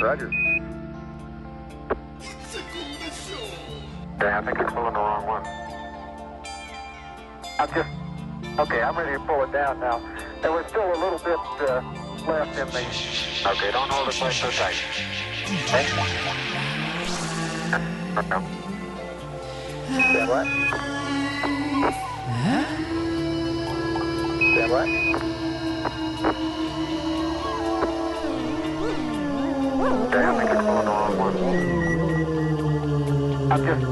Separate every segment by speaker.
Speaker 1: Roger.
Speaker 2: Yeah, I think you're pulling the wrong one. I'm just, okay, I'm ready to pull it down now. There was still a little bit uh, left in the. Okay, don't hold it quite so tight. Okay? Said what? Said what? Okay, I think you're pulling the wrong one. I'm just,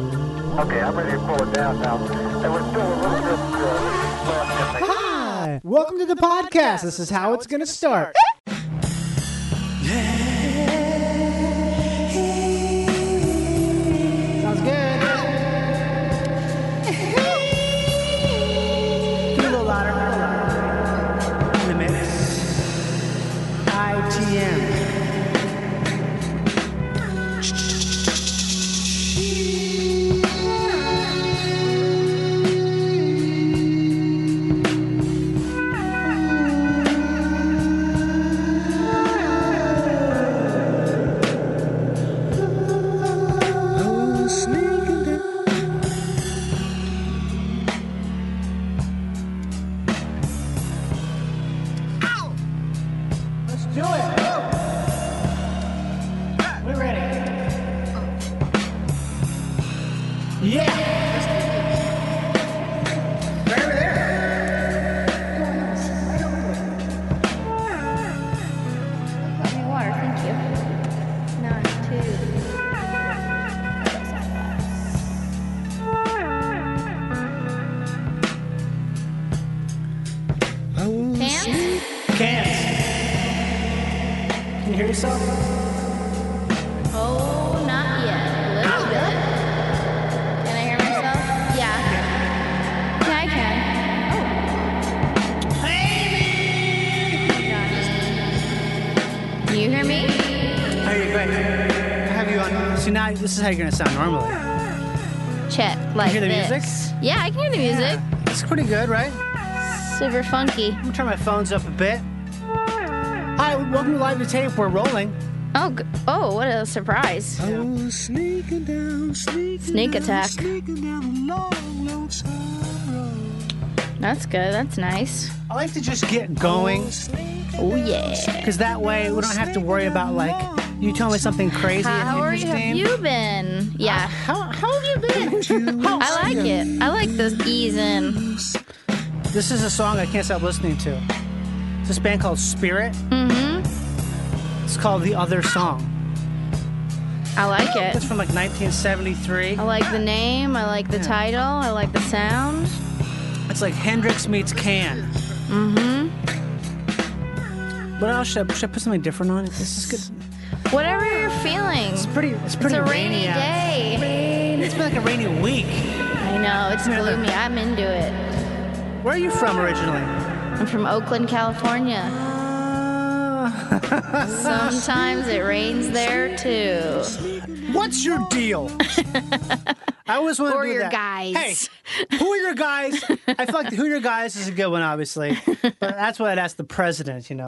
Speaker 2: okay, I'm ready to pull it down now. There was still a little bit uh, left in the.
Speaker 3: Hi, welcome to the podcast. This is how it's going to start. Sounds good. Do a little louder. In the mix. ITM. Let's do it. We're ready. Yeah.
Speaker 4: Got me water, thank you. Nine, two. Pants?
Speaker 3: Cans. Can you hear yourself?
Speaker 4: Oh, not yet. A little bit. Can I hear myself? Yeah. Yeah, I can. Oh. Can you hear me?
Speaker 3: How you going? Have you on? See now, this is how you're gonna sound normally.
Speaker 4: Check like
Speaker 3: hear the
Speaker 4: this.
Speaker 3: music?
Speaker 4: Yeah, I can hear the music.
Speaker 3: It's pretty good, right?
Speaker 4: Super funky.
Speaker 3: I'm gonna turn my phones up a bit. Hi, welcome to Live to Tape. We're rolling.
Speaker 4: Oh, g- oh, what a surprise.
Speaker 5: Oh, sneaking down, sneaking
Speaker 4: Sneak
Speaker 5: down,
Speaker 4: attack.
Speaker 5: Sneaking down the long, lonesome road.
Speaker 4: That's good. That's nice.
Speaker 3: I like to just get going
Speaker 5: Sneaking
Speaker 4: Oh, yeah.
Speaker 3: because that way we don't have to worry about like you tell me something crazy
Speaker 4: Hi,
Speaker 3: and
Speaker 4: how are you? Have
Speaker 3: interesting.
Speaker 4: you been? Yeah.
Speaker 3: Uh, How, how have you been? How are
Speaker 4: I like
Speaker 3: you?
Speaker 4: it. I like this ease in.
Speaker 3: This is a song I can't stop listening to. It's this band called Spirit. Mm-hmm. It's called The Other Song.
Speaker 4: I like
Speaker 3: It's
Speaker 4: it.
Speaker 3: from like 1973.
Speaker 4: I like the name. I like the title. I like the sound.
Speaker 3: It's like Hendrix meets Can. Mm-hmm. What else should I, should I put something different on it? This is good.
Speaker 4: Whatever you're feeling.
Speaker 3: It's pretty. It's
Speaker 4: It's
Speaker 3: pretty
Speaker 4: a
Speaker 3: rainy,
Speaker 4: rainy
Speaker 3: out.
Speaker 4: day.
Speaker 3: It's been like a rainy week.
Speaker 4: I know. It's gloomy. I'm into it.
Speaker 3: Where are you from originally?
Speaker 4: I'm from Oakland, California. Sometimes it rains there too.
Speaker 3: What's your deal? I always want to
Speaker 4: Or
Speaker 3: do
Speaker 4: your
Speaker 3: that.
Speaker 4: guys.
Speaker 3: Hey, who are your guys? I feel like who are your guys is a good one, obviously, but that's what I'd ask the president, you know.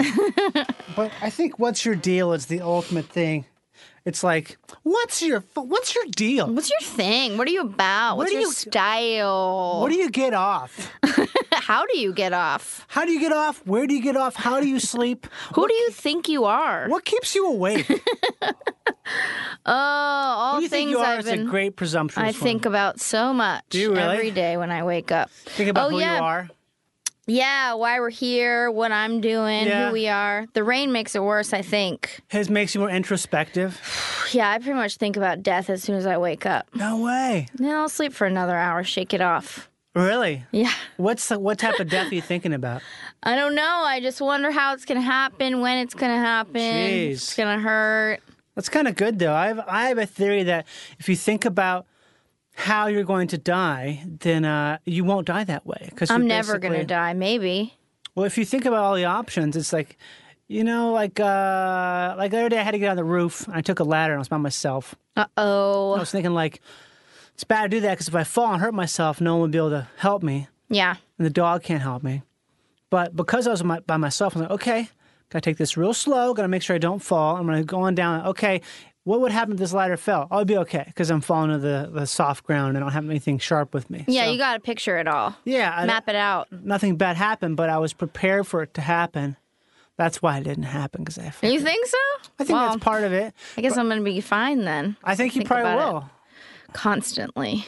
Speaker 3: but I think what's your deal is the ultimate thing. It's like what's your what's your deal?
Speaker 4: What's your thing? What are you about? What's
Speaker 3: do
Speaker 4: your
Speaker 3: you-
Speaker 4: style?
Speaker 3: What do you get off?
Speaker 4: How do you get off?
Speaker 3: How do you get off? Where do you get off? How do you sleep?
Speaker 4: Who do you think you are?
Speaker 3: What keeps you awake?
Speaker 4: Oh, all
Speaker 3: Who do you
Speaker 4: things
Speaker 3: think you are?
Speaker 4: I've
Speaker 3: is
Speaker 4: been.
Speaker 3: a great presumptuous.
Speaker 4: I
Speaker 3: one.
Speaker 4: think about so much
Speaker 3: you really?
Speaker 4: every day when I wake up.
Speaker 3: Think about
Speaker 4: oh,
Speaker 3: who
Speaker 4: yeah.
Speaker 3: you are.
Speaker 4: Yeah, why we're here, what I'm doing,
Speaker 3: Yeah.
Speaker 4: who we are. The rain makes it worse, I think.
Speaker 3: His makes you more introspective.
Speaker 4: Yeah, I pretty much think about death as soon as I wake up.
Speaker 3: No way.
Speaker 4: Then I'll sleep for another hour, shake it off.
Speaker 3: Really?
Speaker 4: Yeah.
Speaker 3: What's the, what type of death are you thinking about?
Speaker 4: I don't know. I just wonder how it's going to happen, when it's going to happen.
Speaker 3: Jeez.
Speaker 4: It's going to hurt.
Speaker 3: That's kind of good though. I have I have a theory that if you think about how you're going to die, then uh, you won't die that way. Because
Speaker 4: I'm never going to die, maybe.
Speaker 3: Well, if you think about all the options, it's like, you know, like uh, like the other day I had to get on the roof. And I took a ladder and I was by myself.
Speaker 4: Uh
Speaker 3: I
Speaker 4: oh.
Speaker 3: was thinking like, it's bad to do that because if I fall and hurt myself, no one will be able to help me.
Speaker 4: Yeah.
Speaker 3: and the dog can't help me. But because I was my, by myself, I was like, okay, Gotta take this real slow. Gotta make sure I don't fall. I'm gonna go on down. Okay, what would happen if this ladder fell? I'll be okay because I'm falling to the, the soft ground and I don't have anything sharp with me.
Speaker 4: Yeah,
Speaker 3: So,
Speaker 4: you got to picture it all.
Speaker 3: yeah. I-
Speaker 4: Map it out.
Speaker 3: nothing bad happened, but I was prepared for it to happen. That's why it didn't happen because I.
Speaker 4: You think so?
Speaker 3: I think
Speaker 4: well,
Speaker 3: that's part of it.
Speaker 4: I guess I'm going to be fine then,
Speaker 3: I think you
Speaker 4: Think
Speaker 3: probably
Speaker 4: about it.
Speaker 3: will.
Speaker 4: constantly.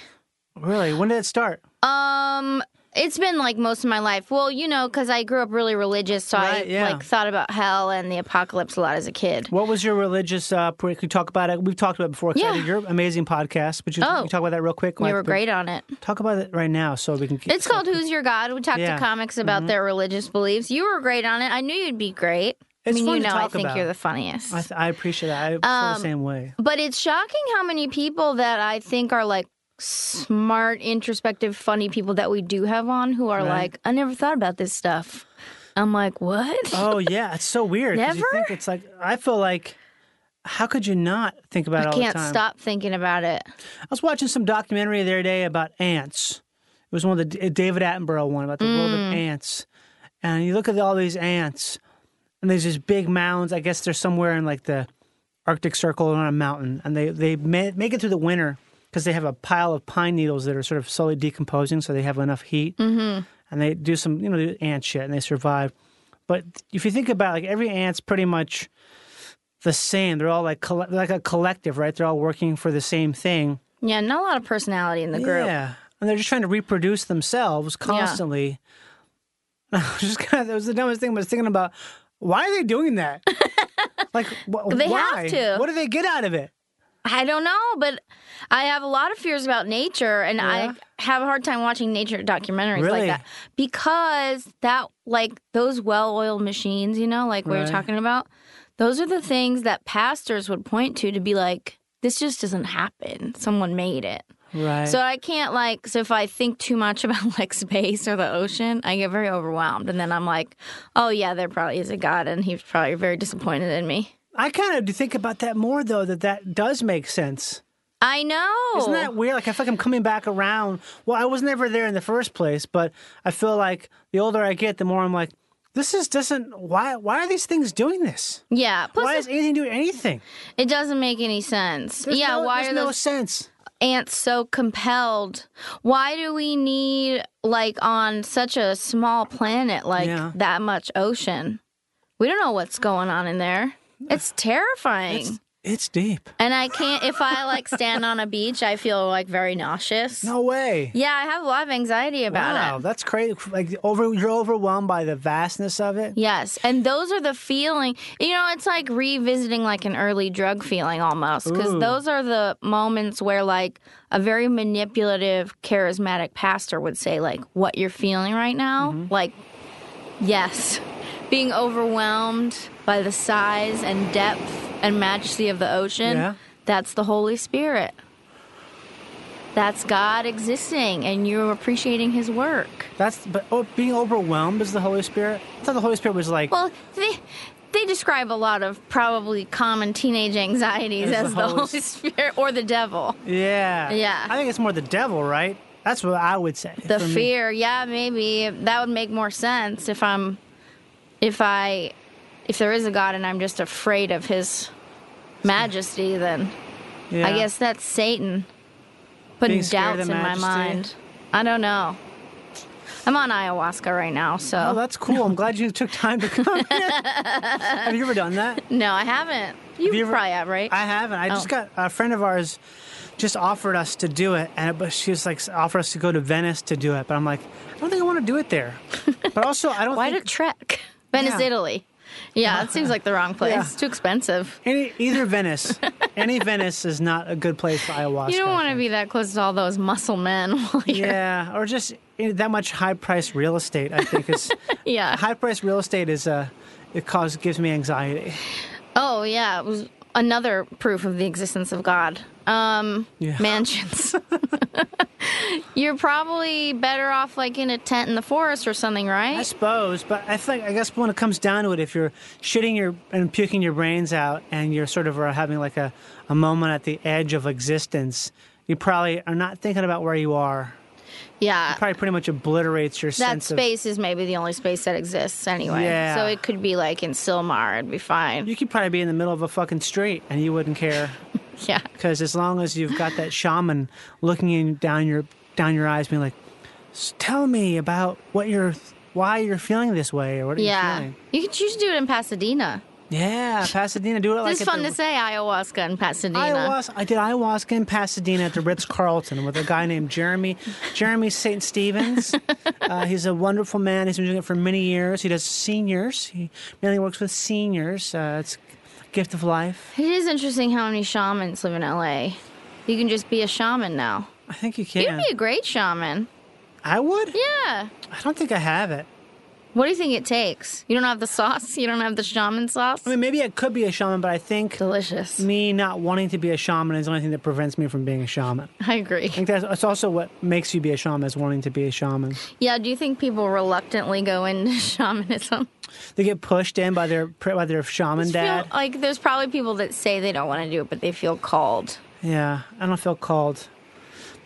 Speaker 3: Really? When did it start?
Speaker 4: Um, it's been like most of my life. Well, you know, because I grew up really religious, so I
Speaker 3: Right, yeah.
Speaker 4: like thought about hell and the apocalypse a lot as a kid.
Speaker 3: What was your religious? Uh, pre- could you talk about it? We've talked about it before. 'cause I
Speaker 4: Yeah.
Speaker 3: did your amazing podcast. But you,
Speaker 4: Oh.
Speaker 3: you talk about that real quick. like,
Speaker 4: you were
Speaker 3: but
Speaker 4: great on it.
Speaker 3: Talk about it right now so we can. Keep
Speaker 4: It's called Who's Your God? We talk
Speaker 3: Yeah. Mm-hmm.
Speaker 4: to comics about their religious beliefs. You were great on it. I knew you'd be great. I
Speaker 3: It's
Speaker 4: mean,
Speaker 3: fun
Speaker 4: you
Speaker 3: to
Speaker 4: know, I
Speaker 3: talk
Speaker 4: think
Speaker 3: about.
Speaker 4: you're the funniest.
Speaker 3: I, th- I appreciate that. I feel
Speaker 4: Um,
Speaker 3: the same way.
Speaker 4: But it's shocking how many people that I think are like smart, introspective, funny people that we do have on who are like, I never thought about this stuff. I'm like, what?
Speaker 3: Oh yeah, it's so weird. 'cause You
Speaker 4: Never?
Speaker 3: think it's like I feel like. How could you not think about it
Speaker 4: I
Speaker 3: all the
Speaker 4: can't
Speaker 3: time?
Speaker 4: stop thinking about it.
Speaker 3: I was watching some documentary the other day about ants. It was one of the a David Attenborough one about the world of ants. And you look at all these ants, and there's these big mounds. I guess they're somewhere in like the Arctic Circle on a mountain, and they they ma- make it through the winter because they have a pile of pine needles that are sort of slowly decomposing, so they have enough heat. Mm-hmm. And they do some you know they do ant shit, and they survive. But if you think about it, like every ant's pretty much the same. They're all like colle- like a collective, right? They're all working for the same thing.
Speaker 4: Yeah, not a lot of personality in the group.
Speaker 3: Yeah, and they're just trying to reproduce themselves constantly. I was just kind of that was the dumbest thing. But I was thinking about why are they doing that? like wh-
Speaker 4: They have
Speaker 3: why?
Speaker 4: to.
Speaker 3: What do they get out of it?
Speaker 4: I don't know, but I have a lot of fears about nature, and I have a hard time watching nature documentaries
Speaker 3: Really?
Speaker 4: like that because that, like those well-oiled machines, you know, like we
Speaker 3: Right.
Speaker 4: were talking about, those are the things that pastors would point to to be like, "This just doesn't happen. Someone made it."
Speaker 3: Right.
Speaker 4: So I can't like. So if I think too much about like space or the ocean, I get very overwhelmed, and then I'm like, "Oh yeah, there probably is a god, and he's probably very disappointed in me."
Speaker 3: I kind of do think about that more though. That that does make sense.
Speaker 4: I know.
Speaker 3: Isn't that weird? Like I feel like I'm coming back around. Well, I was never there in the first place, but I feel like the older I get, the more I'm like, this is doesn't. Why? Why are these things doing this?
Speaker 4: Yeah. Plus,
Speaker 3: why
Speaker 4: it's-
Speaker 3: is anything doing anything?
Speaker 4: It doesn't make any sense.
Speaker 3: There's
Speaker 4: yeah,
Speaker 3: no-
Speaker 4: why
Speaker 3: there's
Speaker 4: are
Speaker 3: no
Speaker 4: those
Speaker 3: sense?
Speaker 4: ants so compelled? Why do we need like on such a small planet like
Speaker 3: Yeah.
Speaker 4: that much ocean? We don't know what's going on in there. It's terrifying.
Speaker 3: It's deep.
Speaker 4: and I can't if I like stand on a beach, I feel like very nauseous.
Speaker 3: No way.
Speaker 4: Yeah, I have a lot of anxiety about
Speaker 3: Wow,
Speaker 4: it.
Speaker 3: that's crazy. Like over, you're overwhelmed by the vastness of it.
Speaker 4: Yes, and those are the feeling. You know, it's like revisiting like an early drug feeling almost because
Speaker 3: Ooh.
Speaker 4: those are the moments where like a very manipulative, charismatic pastor would say like what you're feeling right now,
Speaker 3: Mm-hmm.
Speaker 4: like yes, being overwhelmed by the size and depth and majesty of the ocean.
Speaker 3: Yeah.
Speaker 4: That's the Holy Spirit. That's God existing and you're appreciating his work.
Speaker 3: That's but oh, being overwhelmed is the Holy Spirit. I thought the Holy Spirit was like
Speaker 4: Well, they they describe a lot of probably common teenage anxieties
Speaker 3: As
Speaker 4: as,
Speaker 3: the
Speaker 4: the
Speaker 3: Holy
Speaker 4: Holy Spirit or the devil.
Speaker 3: yeah,
Speaker 4: yeah.
Speaker 3: I think it's more the devil, right? That's what I would say.
Speaker 4: The
Speaker 3: for me.
Speaker 4: fear, yeah, maybe that would make more sense if I'm if I if there is a God and I'm just afraid of his majesty then
Speaker 3: Yeah.
Speaker 4: I guess that's Satan putting
Speaker 3: Being scared
Speaker 4: doubts
Speaker 3: of
Speaker 4: in
Speaker 3: the
Speaker 4: my
Speaker 3: majesty?
Speaker 4: mind. I don't know. I'm on ayahuasca right now, so
Speaker 3: Oh, that's cool. I'm glad you took time to come. here. Have you ever done that?
Speaker 4: no, I haven't. You,
Speaker 3: you ever-
Speaker 4: probably have, right?
Speaker 3: I haven't. I just
Speaker 4: Oh.
Speaker 3: got a friend of ours just offered us to do it, and but she was like offered us to go to Venice to do it. But I'm like, I don't think I want to do it there. But also, I don't.
Speaker 4: Why
Speaker 3: think,
Speaker 4: to Trek? Venice,
Speaker 3: Yeah.
Speaker 4: Italy. Yeah, that seems like the wrong place.
Speaker 3: Yeah.
Speaker 4: It's too expensive.
Speaker 3: Any either Venice, any Venice is not a good place for ayahuasca.
Speaker 4: You don't
Speaker 3: I
Speaker 4: want to
Speaker 3: think.
Speaker 4: be that close to all those muscle men. While you're,
Speaker 3: Yeah, or just eh, that much high-priced real estate. I think is
Speaker 4: yeah.
Speaker 3: high-priced real estate is uh, it causes gives me anxiety.
Speaker 4: Oh yeah, it was another proof of the existence of God. Um,
Speaker 3: Yeah.
Speaker 4: mansions. You're probably better off like in a tent in the forest or something,
Speaker 3: I
Speaker 4: right?
Speaker 3: suppose, but I think I guess when it comes down to it, if you're shitting your and puking your brains out, and you're sort of are having like a, a moment at the edge of existence, you probably are not thinking about where you are.
Speaker 4: Yeah.
Speaker 3: Probably pretty much obliterates your
Speaker 4: That
Speaker 3: sense
Speaker 4: space is maybe the only space that exists anyway.
Speaker 3: Yeah.
Speaker 4: So it could be like in Silmar, it'd be fine.
Speaker 3: of. You could probably be in the middle of a fucking street and you wouldn't care
Speaker 4: yeah.
Speaker 3: because as long as you've got that shaman looking in down your down your eyes, being like, "S- "Tell me about what you're, why you're feeling this way, or what are you
Speaker 4: Yeah.
Speaker 3: feeling?"
Speaker 4: You could choose to do it in Pasadena.
Speaker 3: Yeah, Pasadena, do it like
Speaker 4: This is
Speaker 3: at
Speaker 4: fun
Speaker 3: the,
Speaker 4: to say ayahuasca in Pasadena.
Speaker 3: Ayahuasca. I did ayahuasca in Pasadena at the Ritz Carlton with a guy named Jeremy Jeremy St. Stevens. Uh, he's a wonderful man. He's been doing it for many years. He does seniors. He mainly works with seniors. Uh, it's gift of life.
Speaker 4: It is interesting how many shamans live in LA. You can just be a shaman now.
Speaker 3: I think you
Speaker 4: You'd
Speaker 3: can.
Speaker 4: be a great shaman.
Speaker 3: I would.
Speaker 4: Yeah.
Speaker 3: I don't think I have it.
Speaker 4: What do you think it takes? You don't have the sauce? You don't have the shaman sauce?
Speaker 3: I mean, maybe I could be a shaman, but I think
Speaker 4: Delicious.
Speaker 3: me not wanting to be a shaman is the only thing that prevents me from being a shaman. I
Speaker 4: I agree.
Speaker 3: think that's, that's also what makes you be a shaman is wanting to be a shaman.
Speaker 4: Yeah, do you think people reluctantly go into shamanism?
Speaker 3: They get pushed in by their by their shaman
Speaker 4: Just
Speaker 3: dad.
Speaker 4: feel like there's probably people that say they don't want to do it, but they feel called.
Speaker 3: Yeah, I don't feel called.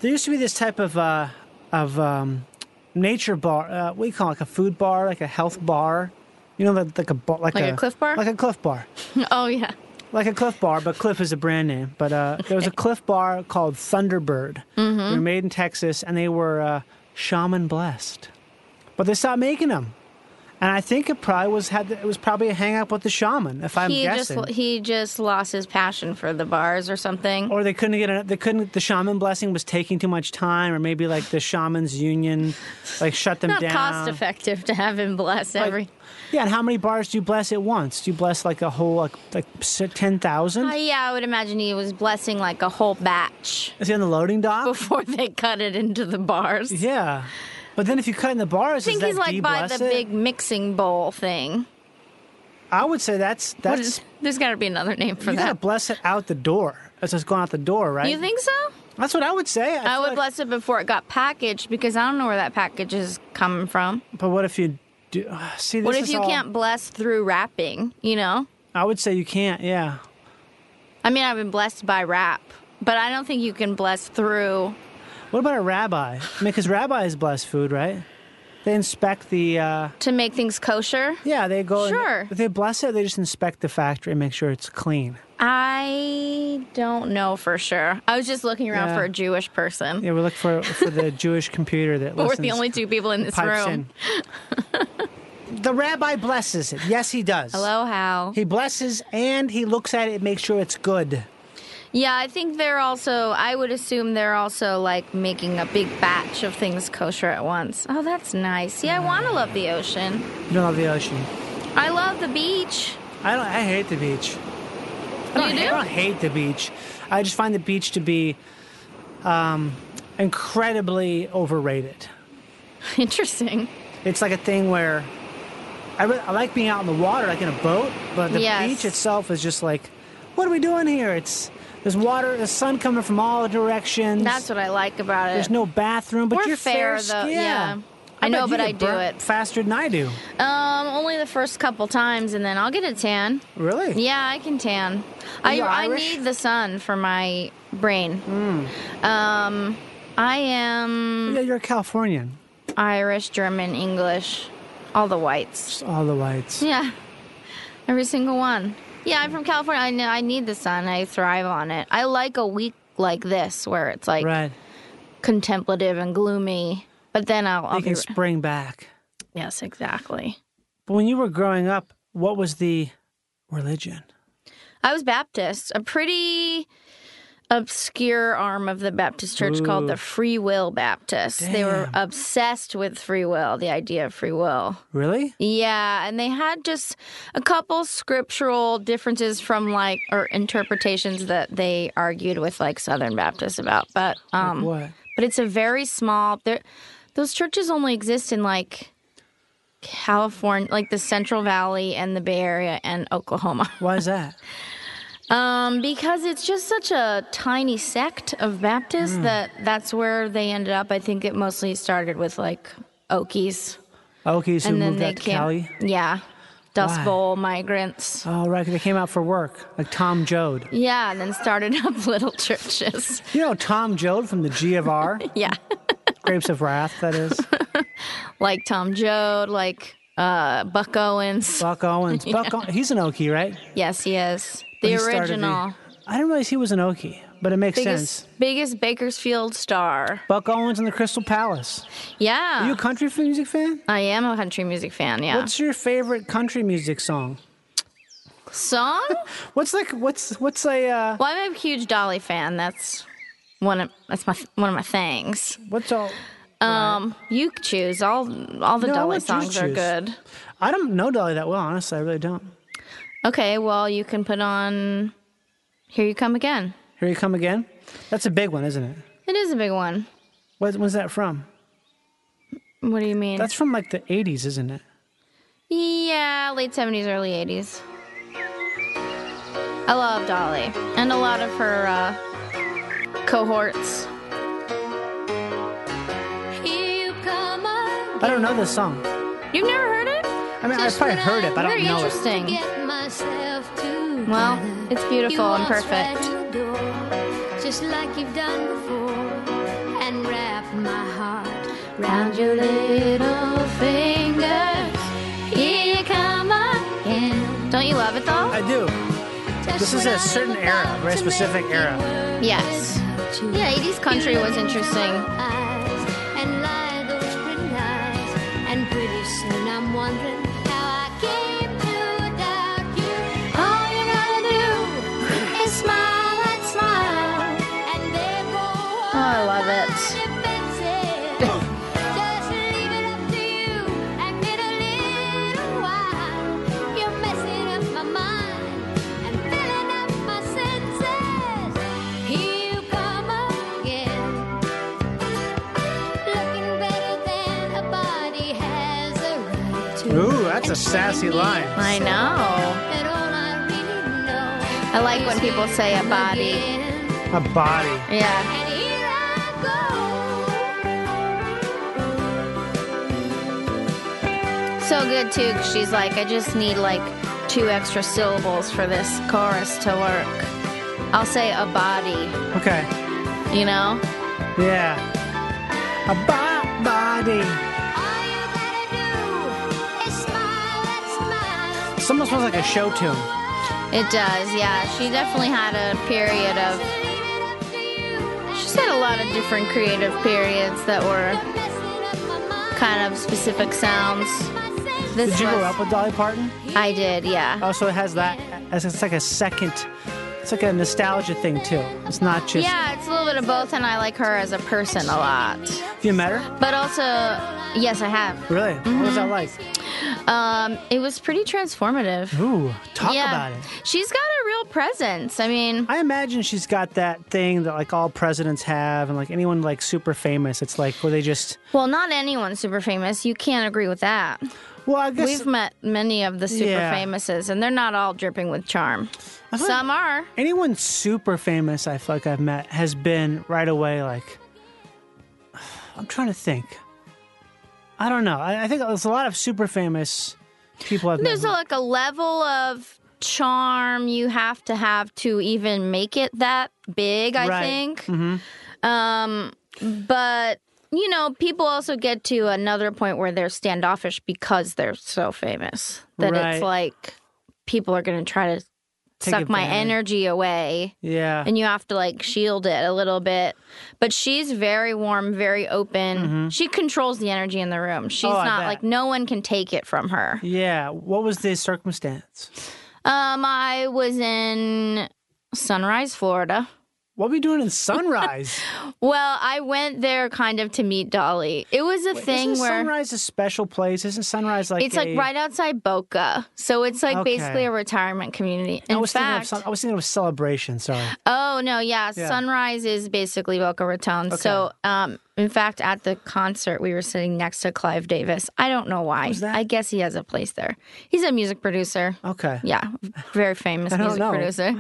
Speaker 3: There used to be this type of uh, of um, nature bar. Uh, what do you call it? like a food bar, like a health bar? You know, like, like a bar, like,
Speaker 4: Like a Clif Bar?
Speaker 3: like a Cliff Bar,
Speaker 4: oh yeah,
Speaker 3: like a Cliff Bar. But Cliff is a brand name. But uh, there was a Cliff Bar called Thunderbird.
Speaker 4: Mm-hmm.
Speaker 3: They were made in Texas, and they were uh, shaman blessed. But they stopped making them, and I think it probably was had it was probably a hang up with the shaman. If I'm
Speaker 4: he
Speaker 3: guessing,
Speaker 4: just he just lost his passion for the bars or something.
Speaker 3: or they couldn't get it. They couldn't. The shaman blessing was taking too much time, or maybe like the shaman's union, like shut them
Speaker 4: Not
Speaker 3: down.
Speaker 4: cost effective to have him bless
Speaker 3: Like,
Speaker 4: every.
Speaker 3: yeah, and how many bars do you bless at once? Do you bless like a whole like like ten
Speaker 4: Uh,
Speaker 3: thousand?
Speaker 4: yeah, I would imagine he was blessing like a whole batch
Speaker 3: Is he on the loading dock?
Speaker 4: before they cut it into the bars.
Speaker 3: Yeah, but then if you cut in the bars,
Speaker 4: I think
Speaker 3: does that
Speaker 4: he's like by the
Speaker 3: de-bless it?
Speaker 4: big mixing bowl thing.
Speaker 3: I would say that's
Speaker 4: What
Speaker 3: that's
Speaker 4: is- there's got to be another name for
Speaker 3: you gotta
Speaker 4: that.
Speaker 3: bless it out the door. That's just going out the door, right?
Speaker 4: You think so?
Speaker 3: that's what I would say.
Speaker 4: I,
Speaker 3: feel
Speaker 4: would
Speaker 3: like-
Speaker 4: bless it before it got packaged because I don't know where that package is coming from.
Speaker 3: But what if you do? uh, See, this
Speaker 4: What if
Speaker 3: is
Speaker 4: you
Speaker 3: all-
Speaker 4: can't bless through rapping? You know,
Speaker 3: I would say you can't. Yeah.
Speaker 4: I mean, I've been blessed by rap, but I don't think you can bless through.
Speaker 3: What about a rabbi? I mean, because rabbis bless food, right? They inspect the. Uh,
Speaker 4: To make things kosher,
Speaker 3: yeah, they go. and-
Speaker 4: Sure.
Speaker 3: they bless it. They just inspect the factory and make sure it's clean.
Speaker 4: I don't know for sure. I was just looking around
Speaker 3: Yeah.
Speaker 4: for a Jewish person.
Speaker 3: Yeah, we look for for the Jewish computer that.
Speaker 4: But we're
Speaker 3: listens,
Speaker 4: the only two people in this
Speaker 3: pipes
Speaker 4: room.
Speaker 3: in. the rabbi blesses it. Yes, he does.
Speaker 4: Hello, how?
Speaker 3: He blesses and he looks at it, makes sure it's good.
Speaker 4: Yeah, I think they're also. I would assume they're also like making a big batch of things kosher at once. Oh, that's nice. Yeah, I want to love the ocean.
Speaker 3: You don't love the ocean.
Speaker 4: I love the beach.
Speaker 3: I don't. I hate the beach. I don't,
Speaker 4: You
Speaker 3: I
Speaker 4: do?
Speaker 3: don't hate the beach. I just find the beach to be um, incredibly overrated.
Speaker 4: Interesting.
Speaker 3: it's like a thing where I, re- I like being out in the water, like in a boat, but the
Speaker 4: Yes.
Speaker 3: beach itself is just like, what are we doing here? It's there's water, there's sun coming from all directions.
Speaker 4: That's what I like about it.
Speaker 3: there's no bathroom, but
Speaker 4: We're
Speaker 3: you're
Speaker 4: fair,
Speaker 3: fair
Speaker 4: though. Yeah. I
Speaker 3: bet
Speaker 4: know,
Speaker 3: you
Speaker 4: but
Speaker 3: get
Speaker 4: I do
Speaker 3: burnt
Speaker 4: it.
Speaker 3: faster than I do.
Speaker 4: Um, only the first couple times, and then I'll get a tan.
Speaker 3: Really?
Speaker 4: Yeah, I can tan.
Speaker 3: Are
Speaker 4: I
Speaker 3: you
Speaker 4: I
Speaker 3: Irish? Hmm.
Speaker 4: need the sun for my brain. Um, I am
Speaker 3: Yeah, you're a Californian.
Speaker 4: Irish, German, English, all the whites.
Speaker 3: It's all the whites.
Speaker 4: Yeah, every single one. Yeah, I'm from California. I know I need the sun. I thrive on it. I like a week like this where it's like
Speaker 3: Right.
Speaker 4: contemplative and gloomy. But then I'll, I'll
Speaker 3: You
Speaker 4: be
Speaker 3: can spring back.
Speaker 4: yes, exactly.
Speaker 3: But when you were growing up, what was the religion?
Speaker 4: I was Baptist, a pretty obscure arm of the Baptist church
Speaker 3: Ooh.
Speaker 4: called the Free Will Baptists. They were obsessed with free will, the idea of free will.
Speaker 3: Really?
Speaker 4: Yeah, and they had just a couple scriptural differences from like or interpretations that they argued with like Southern Baptists about. But um
Speaker 3: What?
Speaker 4: but it's a very small there those churches only exist in like California, like the Central Valley and the Bay Area and Oklahoma.
Speaker 3: Why is that?
Speaker 4: Um, because it's just such a tiny sect of Baptists that that's where they ended up. I think it mostly started with like Okies,
Speaker 3: Okay, so
Speaker 4: and
Speaker 3: we
Speaker 4: then
Speaker 3: moved
Speaker 4: they
Speaker 3: out to
Speaker 4: came,
Speaker 3: Cali.
Speaker 4: yeah, Dust
Speaker 3: Why?
Speaker 4: Bowl migrants,
Speaker 3: Oh, right. 'cause They came out for work, like Tom Joad.
Speaker 4: yeah, and then started up little churches,
Speaker 3: You know Tom Joad from the G of R?
Speaker 4: yeah.
Speaker 3: Grapes of Wrath, that is.
Speaker 4: like Tom Joad, like uh, Buck Owens.
Speaker 3: Buck Owens. Buck Ow- he's an Okie, right?
Speaker 4: Yes, he is
Speaker 3: He
Speaker 4: the
Speaker 3: started
Speaker 4: original
Speaker 3: I didn't realize he was an Okie, but it makes sense.
Speaker 4: biggest biggest Bakersfield star.
Speaker 3: Buck Owens and the Crystal Palace.
Speaker 4: Yeah,
Speaker 3: Are you a country f- music fan?
Speaker 4: I am a country music fan. Yeah,
Speaker 3: What's your favorite country music song?
Speaker 4: song.
Speaker 3: What's like what's what's a uh,
Speaker 4: well, I'm a huge Dolly fan. That's one of that's my one of my things.
Speaker 3: what's all
Speaker 4: Um, you choose all all the
Speaker 3: No, I'll
Speaker 4: Dolly
Speaker 3: let you
Speaker 4: songs are
Speaker 3: choose.
Speaker 4: good.
Speaker 3: I don't know Dolly that well, honestly. I really don't.
Speaker 4: Okay, well you can put on "Here You Come Again."
Speaker 3: Here you come again. That's a big one, isn't it?
Speaker 4: It is a big one.
Speaker 3: What, when's that from?
Speaker 4: What do you mean?
Speaker 3: That's from like the '80s, isn't it?
Speaker 4: Yeah, late 70s, early 80s. I love Dolly and a lot of her uh, cohorts. Here you come
Speaker 3: I don't know this song.
Speaker 4: again. You've never heard it?
Speaker 3: I mean, I've probably heard it, but I
Speaker 4: Very
Speaker 3: don't know it.
Speaker 4: interesting.
Speaker 1: Get myself together.
Speaker 4: Well, it's beautiful
Speaker 1: You
Speaker 4: and
Speaker 1: waltzed right
Speaker 4: perfect.
Speaker 1: in the door, Just like you've done before, and wrap my heart round your little fingers. Here you come again.
Speaker 4: Don't you love it though?
Speaker 3: I do.
Speaker 1: Just
Speaker 3: This is
Speaker 1: when
Speaker 3: a
Speaker 1: I'm
Speaker 3: certain
Speaker 1: about
Speaker 3: era, a very
Speaker 1: to
Speaker 3: specific
Speaker 1: make it
Speaker 3: era.
Speaker 1: work
Speaker 4: Yes.
Speaker 1: without you.
Speaker 4: Yeah, 80s country was interesting.
Speaker 1: Eyes and lie those pretty lies, and pretty soon I'm wondering how I came to doubt you. All you gotta do is smile and smile, and then go
Speaker 4: Oh,
Speaker 1: on
Speaker 4: I love it.
Speaker 1: defensive. Just leave it up to you and get a little while. You're messing up my mind and filling up my senses. Here you come again, looking better than a body has a right to.
Speaker 3: Ooh, that's a sassy line.
Speaker 4: I know.
Speaker 1: I
Speaker 4: I like when people say a body.
Speaker 3: A body.
Speaker 4: Yeah.
Speaker 1: And here I go.
Speaker 4: So good too, 'cause she's like, I just need like two extra syllables for this chorus to work. I'll say a body,
Speaker 3: Okay.
Speaker 4: you know?
Speaker 3: Yeah. A bo- body.
Speaker 1: All you gotta do is smile and smile.
Speaker 3: Someone smells like a show tune.
Speaker 4: It does, yeah. She definitely had a period of. She's had a lot of different creative periods that were kind of specific sounds. This
Speaker 3: Did you
Speaker 4: was,
Speaker 3: grow up with Dolly Parton?
Speaker 4: I did, yeah.
Speaker 3: Also, it has that. It's it's like a second. It's like a nostalgia thing too. It's not just.
Speaker 4: Yeah, it's a little bit of both, and I like her as a person a lot.
Speaker 3: Have you met her?
Speaker 4: But also, yes, I have.
Speaker 3: Really? What was that like?
Speaker 4: Um, it was pretty transformative.
Speaker 3: Ooh, talk
Speaker 4: Mm-hmm. yeah.
Speaker 3: about it.
Speaker 4: She's got a real presence. I mean,
Speaker 3: I imagine she's got that thing that like all presidents have, and like anyone like super famous, it's like where they just.
Speaker 4: well, not anyone super famous. You can't agree with that.
Speaker 3: Well, I guess
Speaker 4: We've met many of the super
Speaker 3: Yeah.
Speaker 4: famouses, and they're not all dripping with charm.
Speaker 3: feel like-
Speaker 4: Some are.
Speaker 3: anyone super famous I feel like I've met has been right away like I'm trying to think. I don't know. I, I think there's a lot of super famous people I've
Speaker 4: There's
Speaker 3: met.
Speaker 4: a, like a level of charm you have to have to even make it that big, I
Speaker 3: Right. Mm-hmm.
Speaker 4: think. Um, but, you know, people also get to another point where they're standoffish because they're so famous that
Speaker 3: Right.
Speaker 4: it's like people are going to try to
Speaker 3: Take
Speaker 4: suck my
Speaker 3: advantage.
Speaker 4: energy away
Speaker 3: yeah.
Speaker 4: and you have to like shield it a little bit. But she's very warm, very open. She controls the energy in the room. She's
Speaker 3: Mm-hmm. Oh, I
Speaker 4: not
Speaker 3: bet.
Speaker 4: like no one can take it from her.
Speaker 3: yeah. What was the circumstance?
Speaker 4: Um, I was in Sunrise, Florida.
Speaker 3: What were we doing in Sunrise?
Speaker 4: Well, I went there kind of to meet Dolly. It was a thing
Speaker 3: Isn't
Speaker 4: where
Speaker 3: Sunrise a special place? Isn't Sunrise like
Speaker 4: it's like
Speaker 3: a-
Speaker 4: right outside Boca, so it's like
Speaker 3: Okay.
Speaker 4: basically a retirement community. In
Speaker 3: I was
Speaker 4: fact,
Speaker 3: thinking of some, I was thinking of celebration, sorry.
Speaker 4: Oh no, yeah. Sunrise is basically Boca Raton. So, um, in fact, at the concert, we were sitting next to Clive Davis. I don't know why.
Speaker 3: that?
Speaker 4: I guess he has a place there. He's a music producer.
Speaker 3: Okay.
Speaker 4: Yeah, very famous
Speaker 3: I don't
Speaker 4: music
Speaker 3: know.
Speaker 4: producer.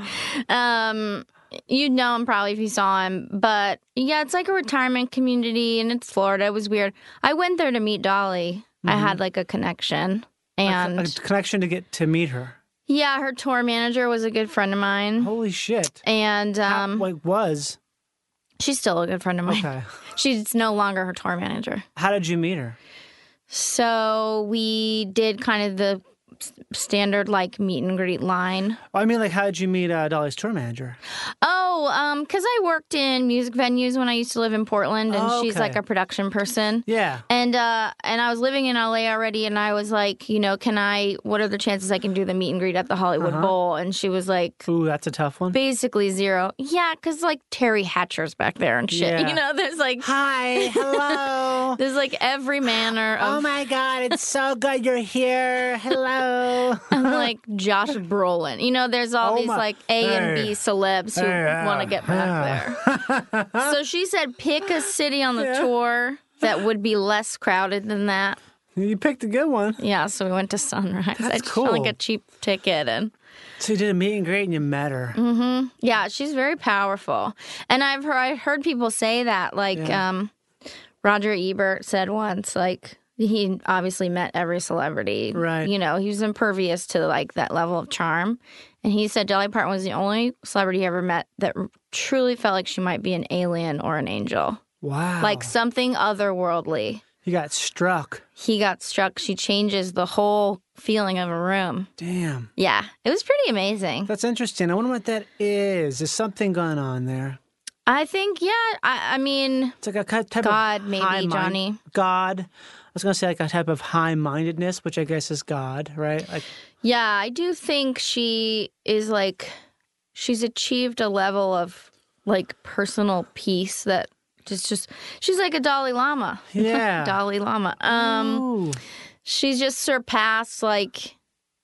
Speaker 4: Um, you'd know him probably if you saw him. But yeah, it's like a retirement community, and it's Florida. It was weird. I went there to meet Dolly. I had like a connection, and
Speaker 3: Mm-hmm. A connection to get to meet her.
Speaker 4: yeah, her tour manager was a good friend of mine.
Speaker 3: Holy shit.
Speaker 4: And um,
Speaker 3: Like was
Speaker 4: She's still a good friend of mine.
Speaker 3: Okay.
Speaker 4: She's no longer her tour manager.
Speaker 3: How did you meet her?
Speaker 4: So we did kind of the s- standard like meet and greet line.
Speaker 3: Oh, I mean, like, how did you meet uh, Dolly's tour manager?
Speaker 4: Oh, um, because I worked in music venues when I used to live in Portland, and she's
Speaker 3: Oh, Okay.
Speaker 4: like a production person.
Speaker 3: Yeah.
Speaker 4: And uh, and I was living in LA already, and I was like, you know, can I? What are the chances I can do the meet and greet at the Hollywood
Speaker 3: Uh-huh.
Speaker 4: Bowl? And she was like,
Speaker 3: Ooh, that's a tough one.
Speaker 4: basically zero. Yeah, because like Terry Hatcher's back there and shit.
Speaker 3: Yeah.
Speaker 4: You know, there's like
Speaker 3: Hi. Hello.
Speaker 4: there's like every manner of
Speaker 3: oh my God. It's so good you're here. Hello.
Speaker 4: like Josh Brolin. You know, there's all
Speaker 3: Oh
Speaker 4: these
Speaker 3: my-
Speaker 4: like A and B
Speaker 3: Hey.
Speaker 4: celebs who
Speaker 3: Hey, yeah,
Speaker 4: want to get back there. so she said, pick a city on the tour that would be less crowded than that.
Speaker 3: you picked a good one.
Speaker 4: Yeah, so we went to Sunrise. I
Speaker 3: That's
Speaker 4: just found,
Speaker 3: cool.
Speaker 4: like a cheap ticket and
Speaker 3: So you did a meet and greet and you met her.
Speaker 4: yeah, she's very powerful. And I've heard, I heard people say that like um, Roger Ebert said once like he obviously met every celebrity.
Speaker 3: Right.
Speaker 4: You know, he was impervious to like that level of charm. And he said Dolly Parton was the only celebrity he ever met that r- truly felt like she might be an alien or an angel,
Speaker 3: Wow.
Speaker 4: like something otherworldly.
Speaker 3: you got struck.
Speaker 4: He got struck. She changes the whole feeling of a room.
Speaker 3: Damn.
Speaker 4: Yeah, it was pretty amazing.
Speaker 3: That's interesting. I wonder what that is. There's something going on there.
Speaker 4: I think, yeah, I, I mean,
Speaker 3: It's like a ki- type
Speaker 4: God,
Speaker 3: of
Speaker 4: maybe,
Speaker 3: high mind-
Speaker 4: Johnny.
Speaker 3: God. I was gonna say like a type of high mindedness, which I guess is God, right? Like
Speaker 4: Yeah, I do think she is like she's achieved a level of like personal peace that just just she's like a Dalai Lama.
Speaker 3: Yeah. Mm.
Speaker 4: Dalai Lama. Um
Speaker 3: ooh,
Speaker 4: she's just surpassed like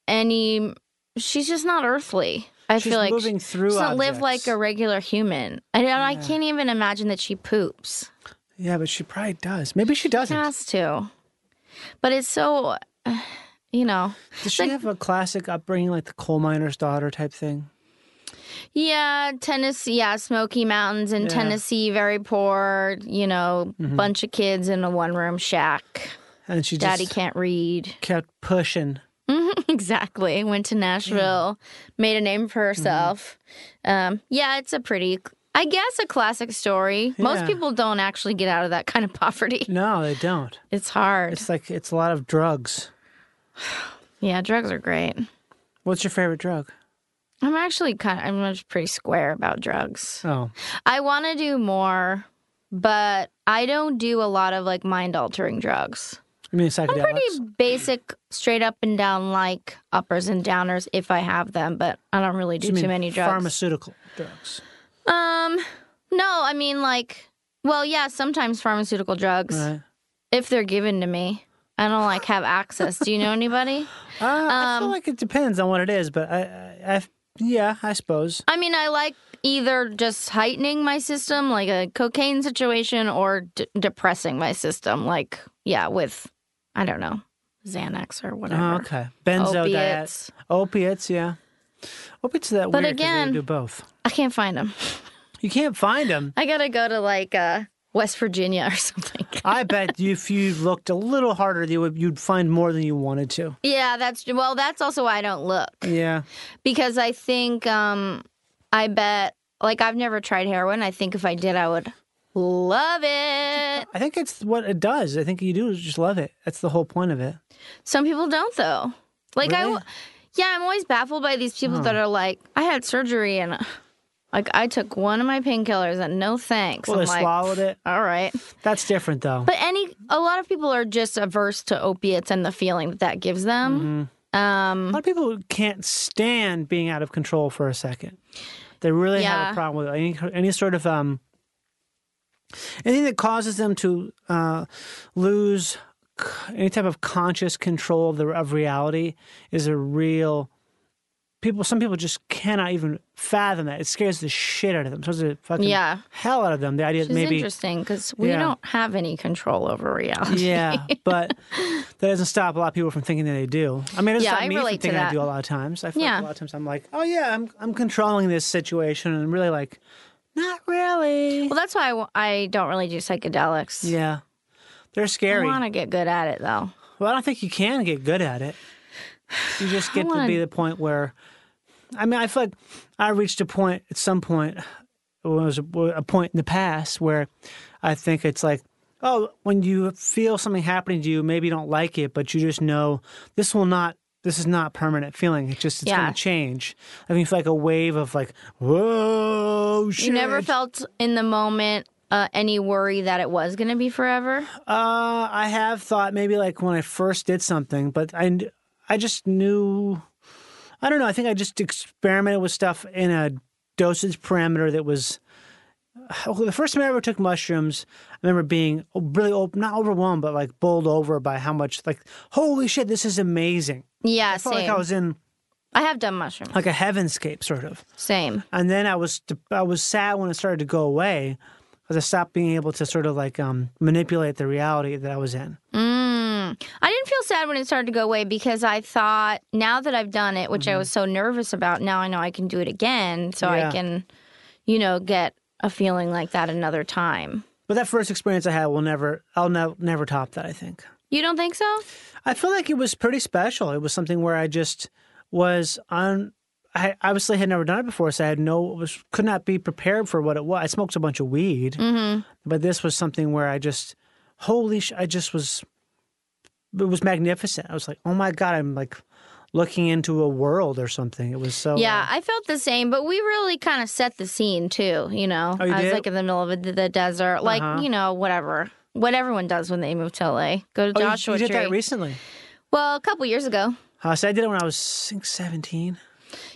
Speaker 4: any she's just not earthly. I
Speaker 3: She's
Speaker 4: feel like
Speaker 3: moving through
Speaker 4: she doesn't live
Speaker 3: objects.
Speaker 4: like a regular human. I don't, I can't even imagine that she poops.
Speaker 3: yeah, but she probably does. Maybe she doesn't.
Speaker 4: Has to. But it's so you know.
Speaker 3: Does she have a classic upbringing, like the coal miner's daughter type thing?
Speaker 4: Yeah, Tennessee. Yeah, Smoky Mountains in Tennessee, very poor. You know, bunch of kids in a one-room shack.
Speaker 3: And she Mm-hmm. just
Speaker 4: Daddy can't read.
Speaker 3: kept pushing.
Speaker 4: exactly. Went to Nashville, made a name
Speaker 3: Mm-hmm.
Speaker 4: for herself. Um, yeah, it's a pretty, I guess, a classic story. Most
Speaker 3: Yeah.
Speaker 4: people don't actually get out of that kind of poverty.
Speaker 3: No, they don't.
Speaker 4: It's hard.
Speaker 3: It's like it's a lot of drugs.
Speaker 4: yeah, drugs are great.
Speaker 3: What's your favorite drug?
Speaker 4: I'm actually kind of, I'm just pretty square about drugs.
Speaker 3: Oh,
Speaker 4: I want to do more, but I don't do a lot of like mind altering drugs.
Speaker 3: I mean psychedelics.
Speaker 4: Pretty basic, straight up and down, like uppers and downers if I have them, but I don't really do
Speaker 3: You
Speaker 4: too
Speaker 3: mean
Speaker 4: many drugs.
Speaker 3: Pharmaceutical drugs.
Speaker 4: um, no, I mean like, well, yeah, sometimes pharmaceutical drugs
Speaker 3: Right.
Speaker 4: if they're given to me. I don't like have access. Do you know anybody?
Speaker 3: Uh, I
Speaker 4: Um,
Speaker 3: feel like it depends on what it is, but I, I, I yeah, I suppose.
Speaker 4: I mean, I like either just heightening my system, like a cocaine situation, or d- depressing my system, like, yeah, with, I don't know, Xanax or whatever.
Speaker 3: Oh, okay. Benzo
Speaker 4: Opiates.
Speaker 3: diet. Opiates, yeah. Opiates are that
Speaker 4: But
Speaker 3: weird 'cause
Speaker 4: again-
Speaker 3: they do both.
Speaker 4: I can't find them.
Speaker 3: You can't find them.
Speaker 4: I gotta go to like uh, West Virginia or something.
Speaker 3: I bet you if you looked a little harder, you would you'd find more than you wanted to.
Speaker 4: yeah, that's, well, that's also why I don't look
Speaker 3: Yeah.
Speaker 4: because I think, um, I bet, like, I've never tried heroin. I think if I did, I would love it.
Speaker 3: I think it's what it does. I think you do is just love it. That's the whole point of it.
Speaker 4: Some people don't though. Like I,
Speaker 3: Really?
Speaker 4: yeah, I'm always baffled by these people that are like, I had surgery and uh, like I took one of my painkillers and no thanks.
Speaker 3: Well,
Speaker 4: I'm
Speaker 3: they
Speaker 4: like,
Speaker 3: swallowed it.
Speaker 4: all right.
Speaker 3: That's different though.
Speaker 4: But any, a lot of people are just averse to opiates and the feeling that that gives them.
Speaker 3: a lot of people can't stand being out of control for a second. They really have
Speaker 4: Yeah.
Speaker 3: a problem with any any sort of um anything that causes them to uh, lose c- any type of conscious control of the of reality is a real people. Some people just cannot even fathom that. It scares the shit out of them. It scares the fucking
Speaker 4: Yeah.
Speaker 3: hell out of them. The idea
Speaker 4: Which
Speaker 3: that
Speaker 4: is
Speaker 3: maybe
Speaker 4: interesting because we
Speaker 3: Yeah.
Speaker 4: don't have any control over reality.
Speaker 3: yeah, but that doesn't stop a lot of people from thinking that they do. I mean, it doesn't
Speaker 4: Yeah,
Speaker 3: stop
Speaker 4: I
Speaker 3: me from
Speaker 4: relate to
Speaker 3: thinking I
Speaker 4: that.
Speaker 3: do a lot of times. I feel
Speaker 4: Yeah.
Speaker 3: like a lot of times I'm like, oh yeah, I'm I'm controlling this situation, and really like, not really.
Speaker 4: Well, that's why I w- I don't really do psychedelics.
Speaker 3: Yeah, they're
Speaker 4: I
Speaker 3: scary.
Speaker 4: want to get good at it though.
Speaker 3: Well, I don't think you can get good at it. You just get to
Speaker 4: wanna-
Speaker 3: be the point where, I mean, I feel like I reached a point at some point was a point in the past where I think it's like, oh, when you feel something happening to you, maybe you don't like it, but you just know this will not. This is not permanent feeling. It's just it's
Speaker 4: Yeah.
Speaker 3: gonna change. I mean, it's like a wave of like, whoa, shit.
Speaker 4: You never felt in the moment uh, any worry that it was going to be forever?
Speaker 3: Uh, I have thought maybe like when I first did something, but I, I just knew. I don't know. I think I just experimented with stuff in a dosage parameter that was. uh, The first time I ever took mushrooms, I remember being really op- not overwhelmed, but like bowled over by how much like holy shit, this is amazing.
Speaker 4: Yeah,
Speaker 3: I felt
Speaker 4: same.
Speaker 3: like I was in
Speaker 4: have done mushrooms.
Speaker 3: like a heavenscape sort of.
Speaker 4: Same.
Speaker 3: And then I was I was sad when it started to go away because I stopped being able to sort of like um, manipulate the reality that I was in.
Speaker 4: I didn't feel sad when it started to go away because I thought now that I've done it, which I was so nervous about, now I know I can do it again. So
Speaker 3: Mm-hmm. Yeah.
Speaker 4: I can, you know, get a feeling like that another time.
Speaker 3: But that first experience I had will never, I'll ne- never top that, I think.
Speaker 4: You don't think so?
Speaker 3: I feel like it was pretty special. It was something where I just was on, I obviously had never done it before, so I had no, was, could not be prepared for what it was. I smoked a bunch of weed,
Speaker 4: Mm-hmm.
Speaker 3: but this was something where I just, holy sh, I just was, it was magnificent. I was like, oh my God, I'm like looking into a world or something. It was so. uh,
Speaker 4: Yeah, I felt the same, but we really kind of set the scene too, you know?
Speaker 3: Oh, you
Speaker 4: I was
Speaker 3: did? Uh-huh.
Speaker 4: like in the middle of the, the desert, like, you know, whatever. What everyone does when they move to LA. Go to
Speaker 3: oh, you-
Speaker 4: Joshua
Speaker 3: you, did
Speaker 4: Tree.
Speaker 3: that recently.
Speaker 4: well, a couple years ago.
Speaker 3: Uh, so I did it when I was six, 17.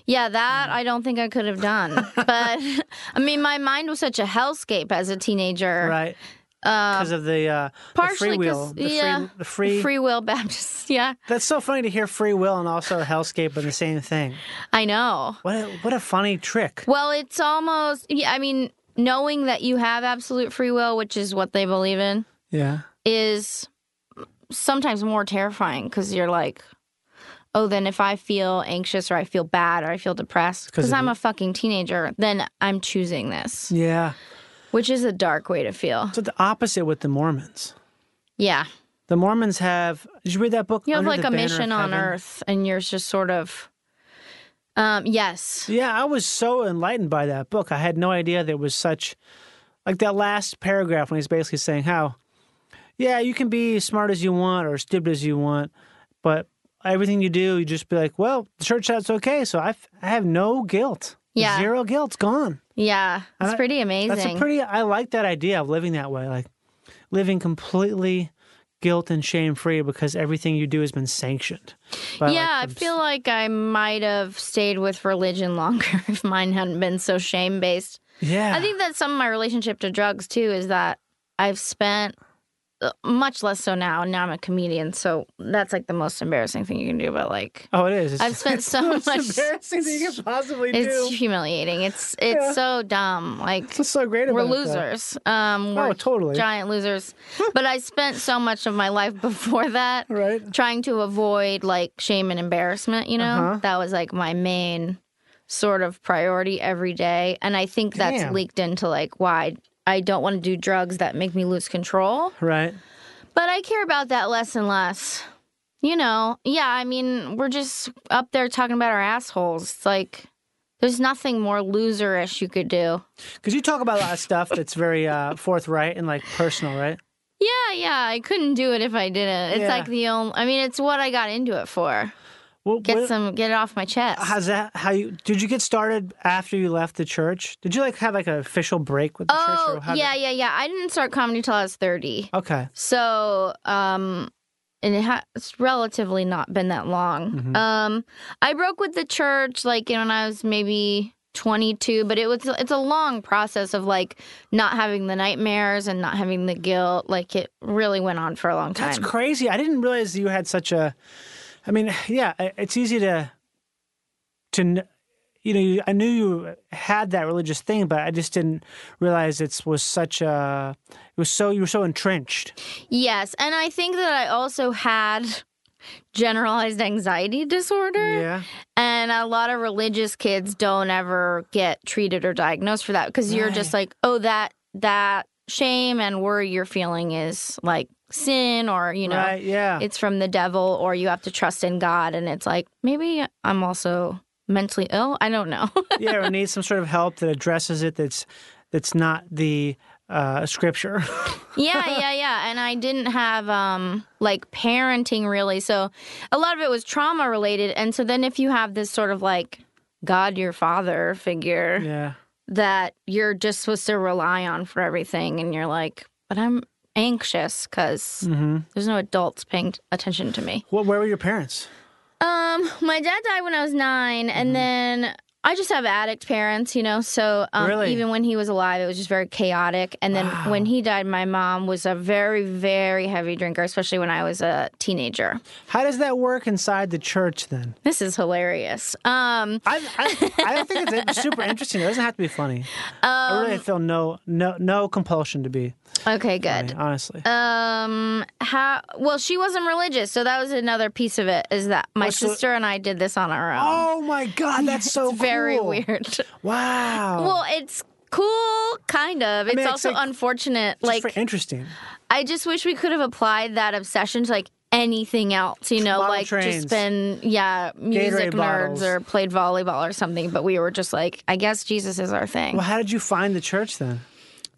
Speaker 4: Yeah, that
Speaker 3: Mm.
Speaker 4: I don't think I could have done. but I mean, my mind was such a hellscape as a teenager.
Speaker 3: Right. Because of the, uh, the free
Speaker 4: Um, Partially
Speaker 3: will.
Speaker 4: because
Speaker 3: The
Speaker 4: yeah,
Speaker 3: free, the free,
Speaker 4: free will Baptist. Yeah,
Speaker 3: That's so funny to hear free will and also hellscape are the same thing.
Speaker 4: I know.
Speaker 3: What a, what a funny trick.
Speaker 4: Well, it's almost. Yeah, I mean, knowing that you have absolute free will, which is what they believe in,
Speaker 3: Yeah.
Speaker 4: is sometimes more terrifying because you're like, oh, then if I feel anxious or I feel bad or I feel depressed because
Speaker 3: of
Speaker 4: I'm
Speaker 3: you.
Speaker 4: a fucking teenager, then I'm choosing this,
Speaker 3: Yeah.
Speaker 4: which is a dark way to feel.
Speaker 3: So the opposite with the Mormons.
Speaker 4: Yeah.
Speaker 3: The Mormons have. Did you read that book?
Speaker 4: You have
Speaker 3: Under
Speaker 4: like
Speaker 3: the
Speaker 4: a
Speaker 3: Banner of
Speaker 4: mission on
Speaker 3: Heaven?
Speaker 4: Earth, and yours just sort of, um, yes,
Speaker 3: Yeah, I was so enlightened by that book. I had no idea there was such. Like that last paragraph when he's basically saying how, yeah, you can be smart as you want or stupid as you want, but everything you do, you just be like, well, the church said it's okay, so I, f- I have no guilt.
Speaker 4: Yeah.
Speaker 3: Zero guilt, gone.
Speaker 4: yeah,
Speaker 3: I-
Speaker 4: it's pretty amazing.
Speaker 3: That's a pretty. I like that idea of living that way, like living completely guilt and shame free because everything you do has been sanctioned. by,
Speaker 4: yeah,
Speaker 3: like,
Speaker 4: I
Speaker 3: the-
Speaker 4: feel like I might have stayed with religion longer if mine hadn't been so shame based.
Speaker 3: Yeah,
Speaker 4: I think that's some of my relationship to drugs too is that I've spent uh, much less so now. Now I'm a comedian, so that's like the most embarrassing thing you can do. But like,
Speaker 3: Oh, it is. It's,
Speaker 4: I've spent
Speaker 3: it's
Speaker 4: so
Speaker 3: the most
Speaker 4: much-
Speaker 3: Embarrassing thing you can possibly
Speaker 4: it's
Speaker 3: do.
Speaker 4: humiliating. It's it's so dumb. Like,
Speaker 3: It's so great.
Speaker 4: we're
Speaker 3: about that.
Speaker 4: losers. Um, we're
Speaker 3: Oh, totally.
Speaker 4: giant losers. but I spent so much of my life before that
Speaker 3: Right.
Speaker 4: trying to avoid like shame and embarrassment. You know,
Speaker 3: Uh-huh.
Speaker 4: that was like my main sort of priority every day, and I think that's
Speaker 3: Damn.
Speaker 4: leaked into like why I don't want to do drugs that make me lose control.
Speaker 3: Right.
Speaker 4: But I care about that less and less. You know, yeah, I mean, we're just up there talking about our assholes. It's like there's nothing more loserish you could do.
Speaker 3: Because you talk about a lot of stuff that's very uh, forthright and like personal, right?
Speaker 4: Yeah, yeah, I couldn't do it if I didn't. It's
Speaker 3: Yeah.
Speaker 4: like the only. I mean, it's what I got into it for.
Speaker 3: Well,
Speaker 4: Get some, get it off my chest.
Speaker 3: How's that? How you did you get started after you left the church? Did you like have like an official break with the church?
Speaker 4: oh,
Speaker 3: or how did- Oh.
Speaker 4: yeah, yeah, yeah. I didn't start comedy till I was thirty.
Speaker 3: Okay.
Speaker 4: So, um, and it ha- it's relatively not been that long.
Speaker 3: Mm-hmm.
Speaker 4: Um, I broke with the church like you know, when I was maybe twenty two, but it was it's a long process of like not having the nightmares and not having the guilt. Like it really went on for a long time.
Speaker 3: That's crazy. I didn't realize you had such a. I mean, yeah, i- it's easy to, to, kn- you know, you- I knew you had that religious thing, but I just didn't realize it was such a. It was so you were so entrenched.
Speaker 4: Yes, and I think that I also had generalized anxiety disorder. And a lot of religious kids don't ever get treated or diagnosed for that because you're just like, "Oh, that that shame and worry you're feeling is like sin or, you know,
Speaker 3: Right. Yeah.
Speaker 4: it's from the devil or you have to trust in God and it's like, maybe I'm also mentally ill. I don't know.
Speaker 3: yeah. Or need some sort of help that addresses it. That's that's not the uh, scripture.
Speaker 4: yeah, yeah, yeah. And I didn't have um like parenting really. So a lot of it was trauma related. And so then if you have this sort of like God your father figure
Speaker 3: yeah.
Speaker 4: that you're just supposed to rely on for everything and you're like, but I'm anxious because there's no adults paying t- attention to me.
Speaker 3: What? Where were your parents?
Speaker 4: Um, my dad died when I was 9
Speaker 3: Mm-hmm.
Speaker 4: and then I just have addict parents, you know. So um,
Speaker 3: Really?
Speaker 4: even when he was alive, it was just very chaotic. And then when he died, my mom was a very, very heavy drinker, especially when I was a teenager.
Speaker 3: How does that work inside the church then?
Speaker 4: This is hilarious. Um,
Speaker 3: I I, I don't think it's in- super interesting. It doesn't have to be funny. I
Speaker 4: Um,
Speaker 3: really feel no no no compulsion to be
Speaker 4: okay, good.
Speaker 3: funny, honestly.
Speaker 4: Um, how? Well, she wasn't religious, so that was another piece of it. Is that my
Speaker 3: so-
Speaker 4: sister and I did this on our own?
Speaker 3: oh my god, that's so
Speaker 4: very
Speaker 3: cool.
Speaker 4: weird.
Speaker 3: Wow.
Speaker 4: Well, it's cool, kind of. It's
Speaker 3: mean, it's
Speaker 4: also
Speaker 3: like-
Speaker 4: unfortunate.
Speaker 3: Just
Speaker 4: Like,
Speaker 3: for interesting.
Speaker 4: I just wish we could have applied that obsession to like anything else, you know,
Speaker 3: Model
Speaker 4: like
Speaker 3: trains.
Speaker 4: just been, yeah,
Speaker 3: Gatorade
Speaker 4: music nerds
Speaker 3: bottles.
Speaker 4: or played volleyball or something. But we were just like, I guess Jesus is our thing.
Speaker 3: Well, how did you find the church then?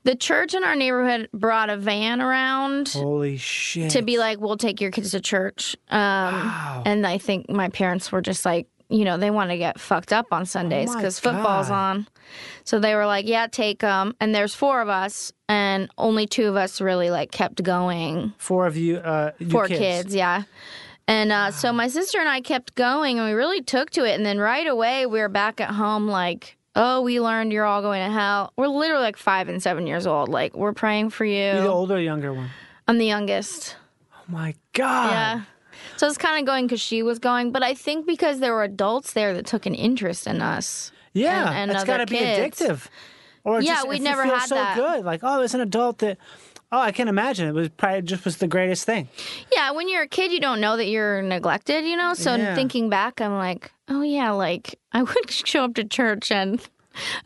Speaker 4: The church in our neighborhood brought a van around.
Speaker 3: Holy shit.
Speaker 4: to be like, we'll take your kids to church. Um, And I think my parents were just like, you know, they want to get fucked up on Sundays
Speaker 3: Oh my
Speaker 4: because football's
Speaker 3: God.
Speaker 4: on. So they were like, yeah, take them. And there's four of us, and only two of us really like kept going.
Speaker 3: four of you uh you
Speaker 4: Four
Speaker 3: kids.
Speaker 4: kids, yeah. And uh, so my sister and I kept going, and we really took to it. And then right away, we were back at home, like, oh, we learned you're all going to hell. We're literally like five and seven years old. Like, we're praying for you.
Speaker 3: You the older or younger one?
Speaker 4: I'm the youngest.
Speaker 3: Oh my god.
Speaker 4: Yeah. So it's kind of going because she was going, but I think because there were adults there that took an interest in us.
Speaker 3: Yeah,
Speaker 4: and- and
Speaker 3: it's
Speaker 4: other
Speaker 3: got to be
Speaker 4: kids.
Speaker 3: addictive. Or it
Speaker 4: Yeah,
Speaker 3: just,
Speaker 4: we'd
Speaker 3: it
Speaker 4: never
Speaker 3: feels
Speaker 4: had
Speaker 3: so
Speaker 4: that.
Speaker 3: good. Like, oh, it's an adult that. Oh, I can't imagine. It was probably just was the greatest thing.
Speaker 4: Yeah, when you're a kid, you don't know that you're neglected, you know? So
Speaker 3: Yeah.
Speaker 4: thinking back, I'm like, oh, yeah, like I would show up to church and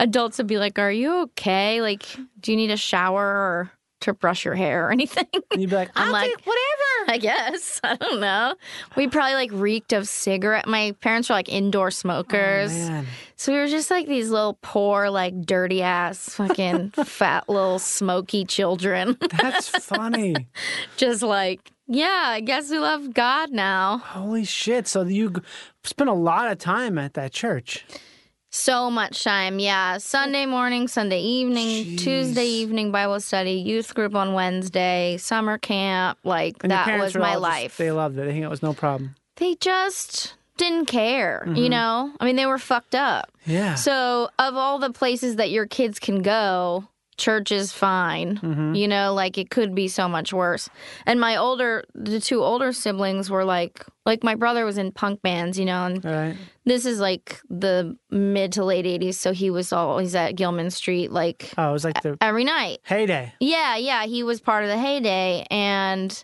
Speaker 4: adults would be like, are you okay? Like, do you need a shower or to brush your hair or anything?
Speaker 3: And you'd be like,
Speaker 4: I'm
Speaker 3: I'll
Speaker 4: like,
Speaker 3: take whatever.
Speaker 4: I guess. I don't know. We probably like reeked of cigarette. My parents were like indoor smokers.
Speaker 3: Oh, Man,
Speaker 4: So we were just like these little poor, like dirty ass, fucking fat little smoky children.
Speaker 3: that's funny.
Speaker 4: just like, yeah, I guess we love God now.
Speaker 3: Holy shit! So you g- spent a lot of time at that church.
Speaker 4: So much time. Yeah. Sunday morning, Sunday evening,
Speaker 3: Jeez.
Speaker 4: Tuesday evening Bible study, youth group on Wednesday, summer camp. Like,
Speaker 3: And your
Speaker 4: that
Speaker 3: parents
Speaker 4: was
Speaker 3: were
Speaker 4: my
Speaker 3: all just-
Speaker 4: life.
Speaker 3: they loved it. They think it was no problem.
Speaker 4: they just didn't care, you know? I mean, they were fucked up.
Speaker 3: Mm-hmm. Yeah.
Speaker 4: So, of all the places that your kids can go, church is fine.
Speaker 3: Mm-hmm.
Speaker 4: You know, like it could be so much worse. And my older, the two older siblings were like, like my brother was in punk bands, you know, and
Speaker 3: all right.
Speaker 4: this is like the mid to late 80s. So he was always at Gilman Street like
Speaker 3: Oh, it was like the
Speaker 4: every night.
Speaker 3: heyday.
Speaker 4: Yeah, yeah, he was part of the heyday. And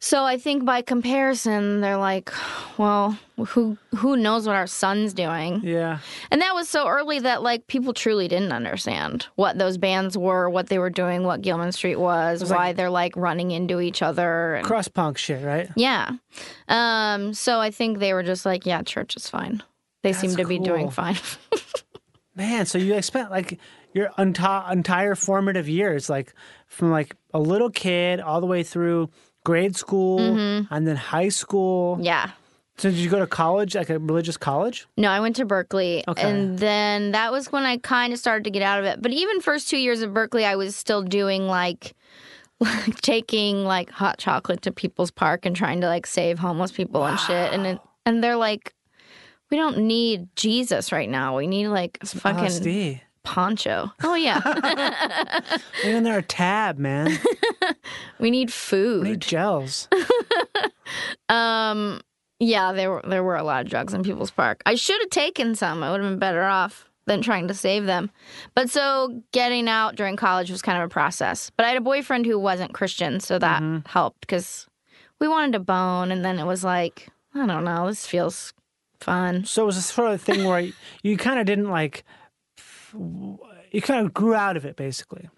Speaker 4: so I think by comparison, they're like, well, who who knows what our son's doing?
Speaker 3: Yeah.
Speaker 4: And that was so early that like people truly didn't understand what those bands were, what they were doing, what Gilman Street was,
Speaker 3: was like-
Speaker 4: why they're like running into each other. And,
Speaker 3: Cross punk shit, right?
Speaker 4: yeah. Um, so I think they were just like, yeah, church is fine. They seem to be doing
Speaker 3: cool.
Speaker 4: fine.
Speaker 3: Man, so you like spent like your enti- entire formative years, like from like a little kid all the way through grade school and then high school.
Speaker 4: yeah.
Speaker 3: So did you go to college, like a religious college?
Speaker 4: No, I went to Berkeley.
Speaker 3: Okay.
Speaker 4: And then that was when I kind of started to get out of it. But even first two years at Berkeley, I was still doing like, like taking like hot chocolate to people's park and trying to like save homeless people and shit. And it, and they're like, we don't need Jesus right now. We need like a fucking
Speaker 3: LSD.
Speaker 4: poncho. Oh yeah,
Speaker 3: Even there a tab, man.
Speaker 4: we need food.
Speaker 3: We need gels.
Speaker 4: Yeah, there were there were a lot of drugs in People's Park. I should have taken some. I would have been better off than trying to save them. But so getting out during college was kind of a process. But I had a boyfriend who wasn't Christian, so that helped because we wanted to bone, and then it was like I don't know, this feels fun.
Speaker 3: So it was a sort of thing where you, kind of didn't like. You kind of grew out of it, basically.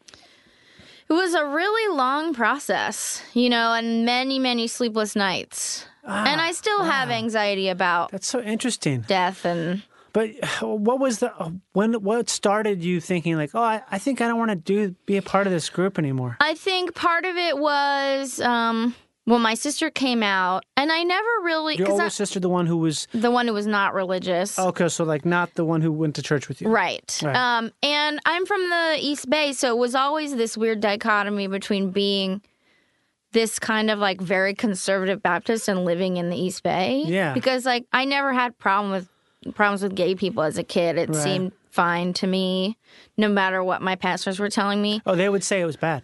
Speaker 4: It was a really long process, you know, and many many sleepless nights. and I still have anxiety about
Speaker 3: That's so interesting.
Speaker 4: death and
Speaker 3: But what was the when? What started you thinking like, oh, I, I think I don't want to do be a part of this group anymore?
Speaker 4: I think part of it was um, well, my sister came out, and I never really
Speaker 3: Your
Speaker 4: 'cause
Speaker 3: older
Speaker 4: I-
Speaker 3: sister, the one who was
Speaker 4: the one who was not religious.
Speaker 3: okay, so like not the one who went to church with you,
Speaker 4: Right.
Speaker 3: Oh. Right.
Speaker 4: Um, and I'm from the East Bay, so it was always this weird dichotomy between being this kind of like very conservative Baptist and living in the East Bay.
Speaker 3: Yeah.
Speaker 4: Because like I never had problem with problems with gay people as a kid. It
Speaker 3: Right.
Speaker 4: seemed fine to me, no matter what my pastors were telling me.
Speaker 3: Oh, they would say it was bad.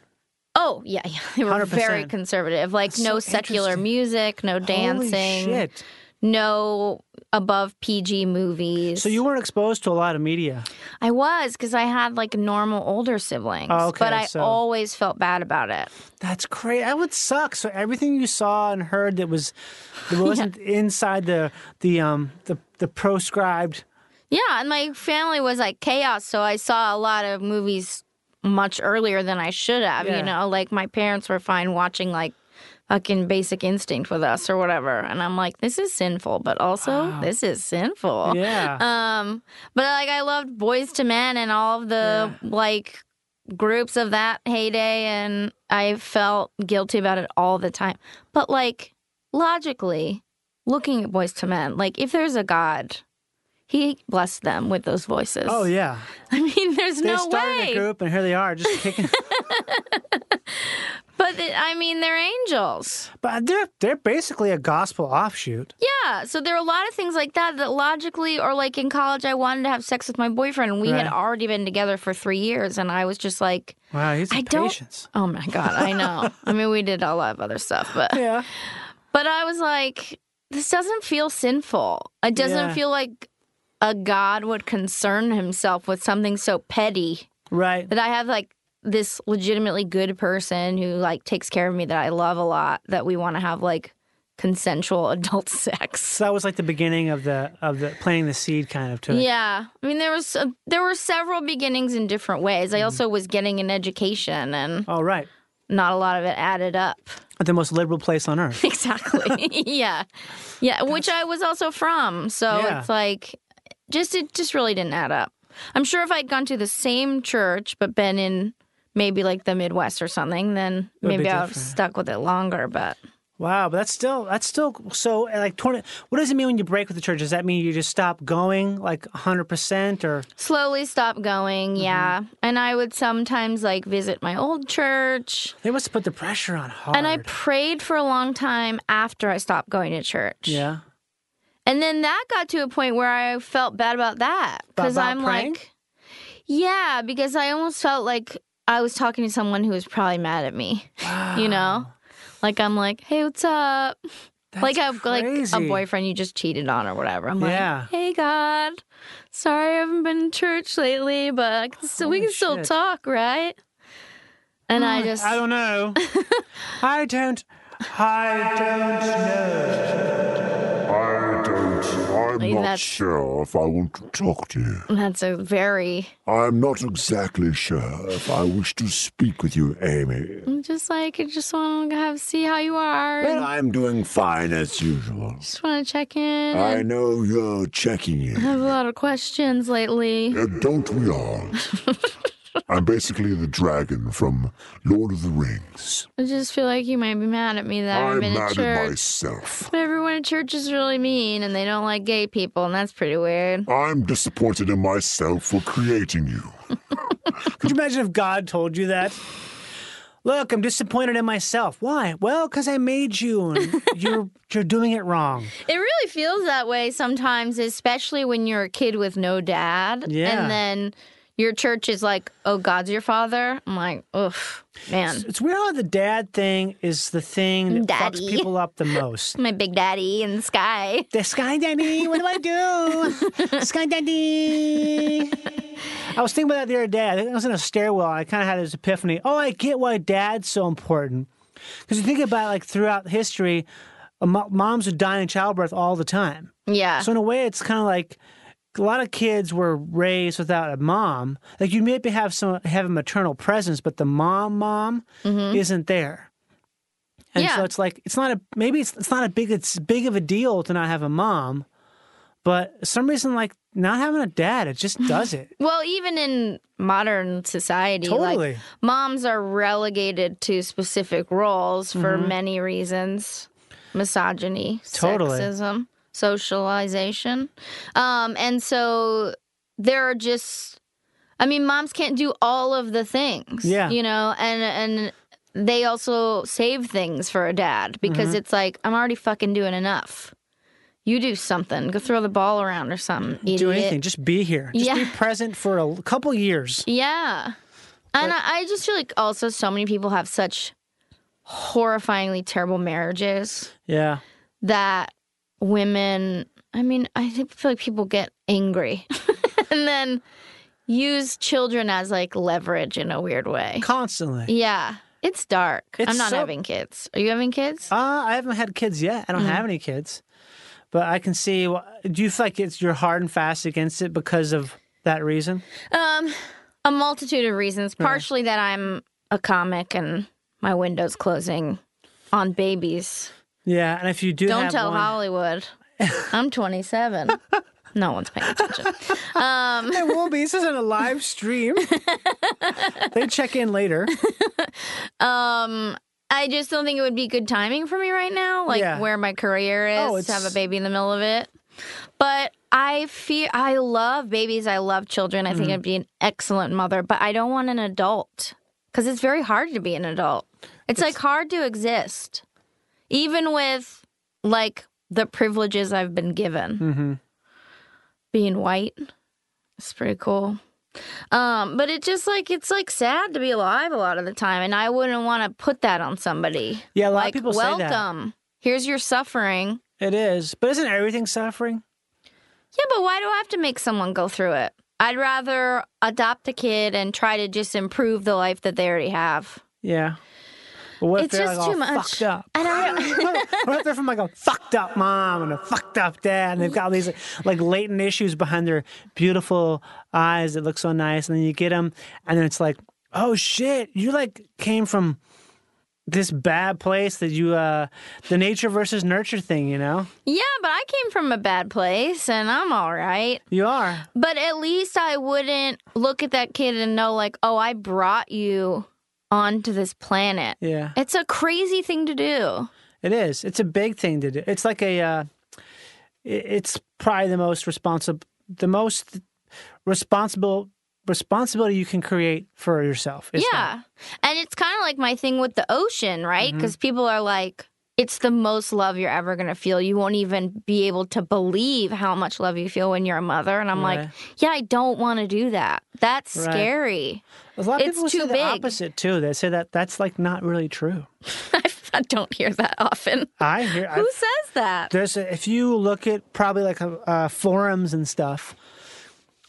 Speaker 4: Oh yeah, yeah. they were
Speaker 3: 100%.
Speaker 4: very conservative. Like
Speaker 3: That's
Speaker 4: no
Speaker 3: so
Speaker 4: secular
Speaker 3: interesting.
Speaker 4: music, no dancing,
Speaker 3: Holy shit!
Speaker 4: no above PG movies.
Speaker 3: So you weren't exposed to a lot of media.
Speaker 4: I was because I had like normal older siblings,
Speaker 3: Oh, okay,
Speaker 4: but I
Speaker 3: so-
Speaker 4: always felt bad about it.
Speaker 3: That's great. That would suck. So everything you saw and heard that was that wasn't inside the the um the the proscribed.
Speaker 4: Yeah, and my family was like chaos, so I saw a lot of movies much earlier than I should have.
Speaker 3: Yeah.
Speaker 4: You know, like my parents were fine watching like fucking Basic Instinct with us or whatever, and I'm like, this is sinful, but also this is sinful.
Speaker 3: Yeah.
Speaker 4: Um, but like I loved Boys to Men and all of the like groups of that heyday, and I felt guilty about it all the time. But like logically, looking at Boys to Men, like if there's a God, He blessed them with those voices.
Speaker 3: oh yeah.
Speaker 4: I mean, there's
Speaker 3: They
Speaker 4: no
Speaker 3: started
Speaker 4: way.
Speaker 3: a group and here they are just kicking.
Speaker 4: But it- I mean, they're angels.
Speaker 3: but they're they're basically a gospel offshoot.
Speaker 4: Yeah. So there are a lot of things like that that logically, or like in college, I wanted to have sex with my boyfriend, and we had
Speaker 3: Right.
Speaker 4: already been together for three years, and I was just like.
Speaker 3: Wow, he's
Speaker 4: I
Speaker 3: a
Speaker 4: don't-
Speaker 3: patience.
Speaker 4: Oh my god, I know. I mean, we did a lot of other stuff, but
Speaker 3: Yeah.
Speaker 4: but I was like, this doesn't feel sinful. It doesn't
Speaker 3: Yeah.
Speaker 4: feel like a god would concern himself with something so petty
Speaker 3: Right.
Speaker 4: that I have like this legitimately good person who like takes care of me that I love a lot that we want to have like consensual adult sex.
Speaker 3: So that was like the beginning of the of the planting the seed kind of to it.
Speaker 4: Yeah, I mean there was a, there were several beginnings in different ways.
Speaker 3: Mm-hmm.
Speaker 4: I also was getting an education and
Speaker 3: Oh right.
Speaker 4: not a lot of it added up.
Speaker 3: At the most liberal place on earth.
Speaker 4: Exactly. yeah. Yeah. Which I was also from. So
Speaker 3: Yeah.
Speaker 4: it's like, just, it just really didn't add up. I'm sure if I'd gone to the same church, but been in maybe like the Midwest or something, then
Speaker 3: Would be
Speaker 4: maybe I would have
Speaker 3: different.
Speaker 4: stuck with it longer. But
Speaker 3: Wow, but that's still that's still so like twenty. What does it mean when you break with the church? Does that mean you just stop going like hundred percent or
Speaker 4: slowly stopped going.
Speaker 3: Mm-hmm.
Speaker 4: Yeah. And I would sometimes like visit my old church.
Speaker 3: they must have put the pressure on hard?
Speaker 4: And I prayed for a long time after I stopped going to church.
Speaker 3: yeah,
Speaker 4: And then that got to a point where I felt bad about that because
Speaker 3: About
Speaker 4: I'm
Speaker 3: praying?
Speaker 4: like, yeah, because I almost felt like I was talking to someone who was probably mad at me. You know, like I'm like, hey, what's up?
Speaker 3: That's
Speaker 4: like a like
Speaker 3: crazy.
Speaker 4: a boyfriend you just cheated on or whatever. I'm
Speaker 3: Yeah.
Speaker 4: like, hey, God, sorry I haven't been to church lately, but I can still, we
Speaker 3: Holy
Speaker 4: can still
Speaker 3: shit. Hmm,
Speaker 4: talk, right? And I just
Speaker 3: I don't know. I don't. I don't know.
Speaker 6: I don't. I'm not
Speaker 4: that's-
Speaker 6: sure if I want to talk to you.
Speaker 4: that's a very
Speaker 6: I'm not exactly sure if I wish to speak with you, Amy.
Speaker 3: Mm.
Speaker 4: I'm just like I just want to have see how you are. and
Speaker 6: I'm doing fine as usual.
Speaker 4: just want to check in.
Speaker 6: I know you're checking
Speaker 4: I
Speaker 3: Uh-huh.
Speaker 6: in.
Speaker 4: have a lot of questions lately.
Speaker 6: Uh, don't we all? I'm basically the dragon from Lord of the Rings.
Speaker 4: I just feel like you might be mad at me that I haven't
Speaker 6: I'm
Speaker 4: been to
Speaker 6: mad at
Speaker 4: church.
Speaker 6: myself.
Speaker 4: But everyone at church is really mean and they don't like gay people, and that's pretty weird.
Speaker 6: I'm disappointed in myself for creating you.
Speaker 3: Could you imagine if God told you that? Look, I'm disappointed in myself. Why? Well, because I made you, and you're you're doing it wrong.
Speaker 4: It really feels that way sometimes, especially when you're a kid with no dad.
Speaker 3: Yeah.
Speaker 4: And then your church is like, oh, God's your father. I'm like, oof, man.
Speaker 3: It's weird how the dad thing is the thing that
Speaker 4: Daddy.
Speaker 3: fucks people up the most.
Speaker 4: My big daddy in the sky.
Speaker 3: The Sky Daddy, what do I do? Sky Daddy. I was thinking about that the other day. I think I was in a stairwell and I kind of had this epiphany. Oh, I get why dad's so important. Because you think about like throughout history, uh, mo- moms would die in childbirth all the time.
Speaker 4: Yeah.
Speaker 3: So in a way, it's kind of like a lot of kids were raised without a mom. Like you maybe have some have a maternal presence, but the mom mom isn't there. And
Speaker 4: Mm-hmm. Yeah.
Speaker 3: so it's like it's not a maybe it's it's not a big it's big of a deal to not have a mom, But for some reason, like not having a dad, it just does it.
Speaker 4: Well, even in modern society,
Speaker 3: Totally.
Speaker 4: like moms are relegated to specific roles for
Speaker 3: Mm-hmm.
Speaker 4: many reasons misogyny,
Speaker 3: Totally.
Speaker 4: sexism, socialization. Um, and so there are just, I mean, moms can't do all of the things.
Speaker 3: Yeah.
Speaker 4: You know, and, and they also save things for a dad because
Speaker 3: Mm-hmm.
Speaker 4: it's like, I'm already fucking doing enough. You do something. Go throw the ball around or something. Idiot.
Speaker 3: Do anything, just be here, just be
Speaker 4: Yeah.
Speaker 3: present for a l- couple years.
Speaker 4: Yeah. And I, I just feel like also so many people have such horrifyingly terrible marriages
Speaker 3: Yeah,
Speaker 4: that women, I mean, I think- feel like people get angry and then use children as like leverage in a weird way.
Speaker 3: constantly.
Speaker 4: Yeah. It's dark.
Speaker 3: It's
Speaker 4: I'm not
Speaker 3: so-
Speaker 4: having kids. Are you having kids?
Speaker 3: Uh, I haven't had kids yet.
Speaker 4: Hmm.
Speaker 3: I don't have any kids, but I can see. wh- Do you feel like it's you're hard and fast against it because of that reason?
Speaker 4: Um, a multitude of reasons. Partially that I'm a comic and my window's closing on babies.
Speaker 3: Yeah, and if you do,
Speaker 4: Don't
Speaker 3: have
Speaker 4: tell
Speaker 3: one-
Speaker 4: Hollywood. I'm 27. no one's paying attention.
Speaker 3: It will be. This isn't a live stream. they check in later.
Speaker 4: I just don't think it would be good timing for me right now, like
Speaker 3: Yeah.
Speaker 4: where my career is,
Speaker 3: Oh,
Speaker 4: to
Speaker 3: it's-
Speaker 4: have a baby in the middle of it. But I feel I love babies. I love children. I think
Speaker 3: Mm-hmm.
Speaker 4: I'd be an excellent mother, but I don't want an adult because it's very hard to be an adult. it's like hard to exist, even with like the privileges I've been given.
Speaker 3: Mm-hmm.
Speaker 4: Being white is pretty cool. Um, but it just like it's like sad to be alive a lot of the time, and I wouldn't want to put that on somebody.
Speaker 3: Yeah, a lot of
Speaker 4: like
Speaker 3: people say that.
Speaker 4: welcome. Here's your suffering.
Speaker 3: It is, but isn't everything suffering?
Speaker 4: Yeah, but why do I have to make someone go through it? I'd rather adopt a kid and try to just improve the life that they already have.
Speaker 3: Yeah. But what if
Speaker 4: It's
Speaker 3: they're,
Speaker 4: just
Speaker 3: like, all
Speaker 4: too much.
Speaker 3: Fucked up.
Speaker 4: And I
Speaker 3: what if they're from like a fucked up mom and a fucked up dad, and they've got all these like latent issues behind their beautiful eyes that look so nice, and then you get them, and then it's like, oh shit, you like came from this bad place that you uh the nature versus nurture thing, you know?
Speaker 4: yeah, but I came from a bad place, and I'm all right.
Speaker 3: You are.
Speaker 4: But at least I wouldn't look at that kid and know, like, oh, I brought you onto this planet.
Speaker 3: Yeah.
Speaker 4: It's a crazy thing to do.
Speaker 3: It is. It's a big thing to do. It's like a. Uh, i- it's probably the most responsible, the most responsible responsibility you can create for yourself. is that.
Speaker 4: yeah. And it's kind of like my thing with the ocean, right?
Speaker 3: Mm-hmm.
Speaker 4: Because people are like, it's the most love you're ever going to feel. You won't even be able to believe how much love you feel when you're a mother. And I'm
Speaker 3: Right.
Speaker 4: like, yeah, I don't want to do that. That's
Speaker 3: Right.
Speaker 4: scary.
Speaker 3: A lot of
Speaker 4: It's
Speaker 3: people say
Speaker 4: too
Speaker 3: the
Speaker 4: big.
Speaker 3: opposite too. They say that that's like not really true.
Speaker 4: I don't hear that often.
Speaker 3: I hear. I,
Speaker 4: Who says that?
Speaker 3: there's a, if you look at probably like uh, uh, forums and stuff.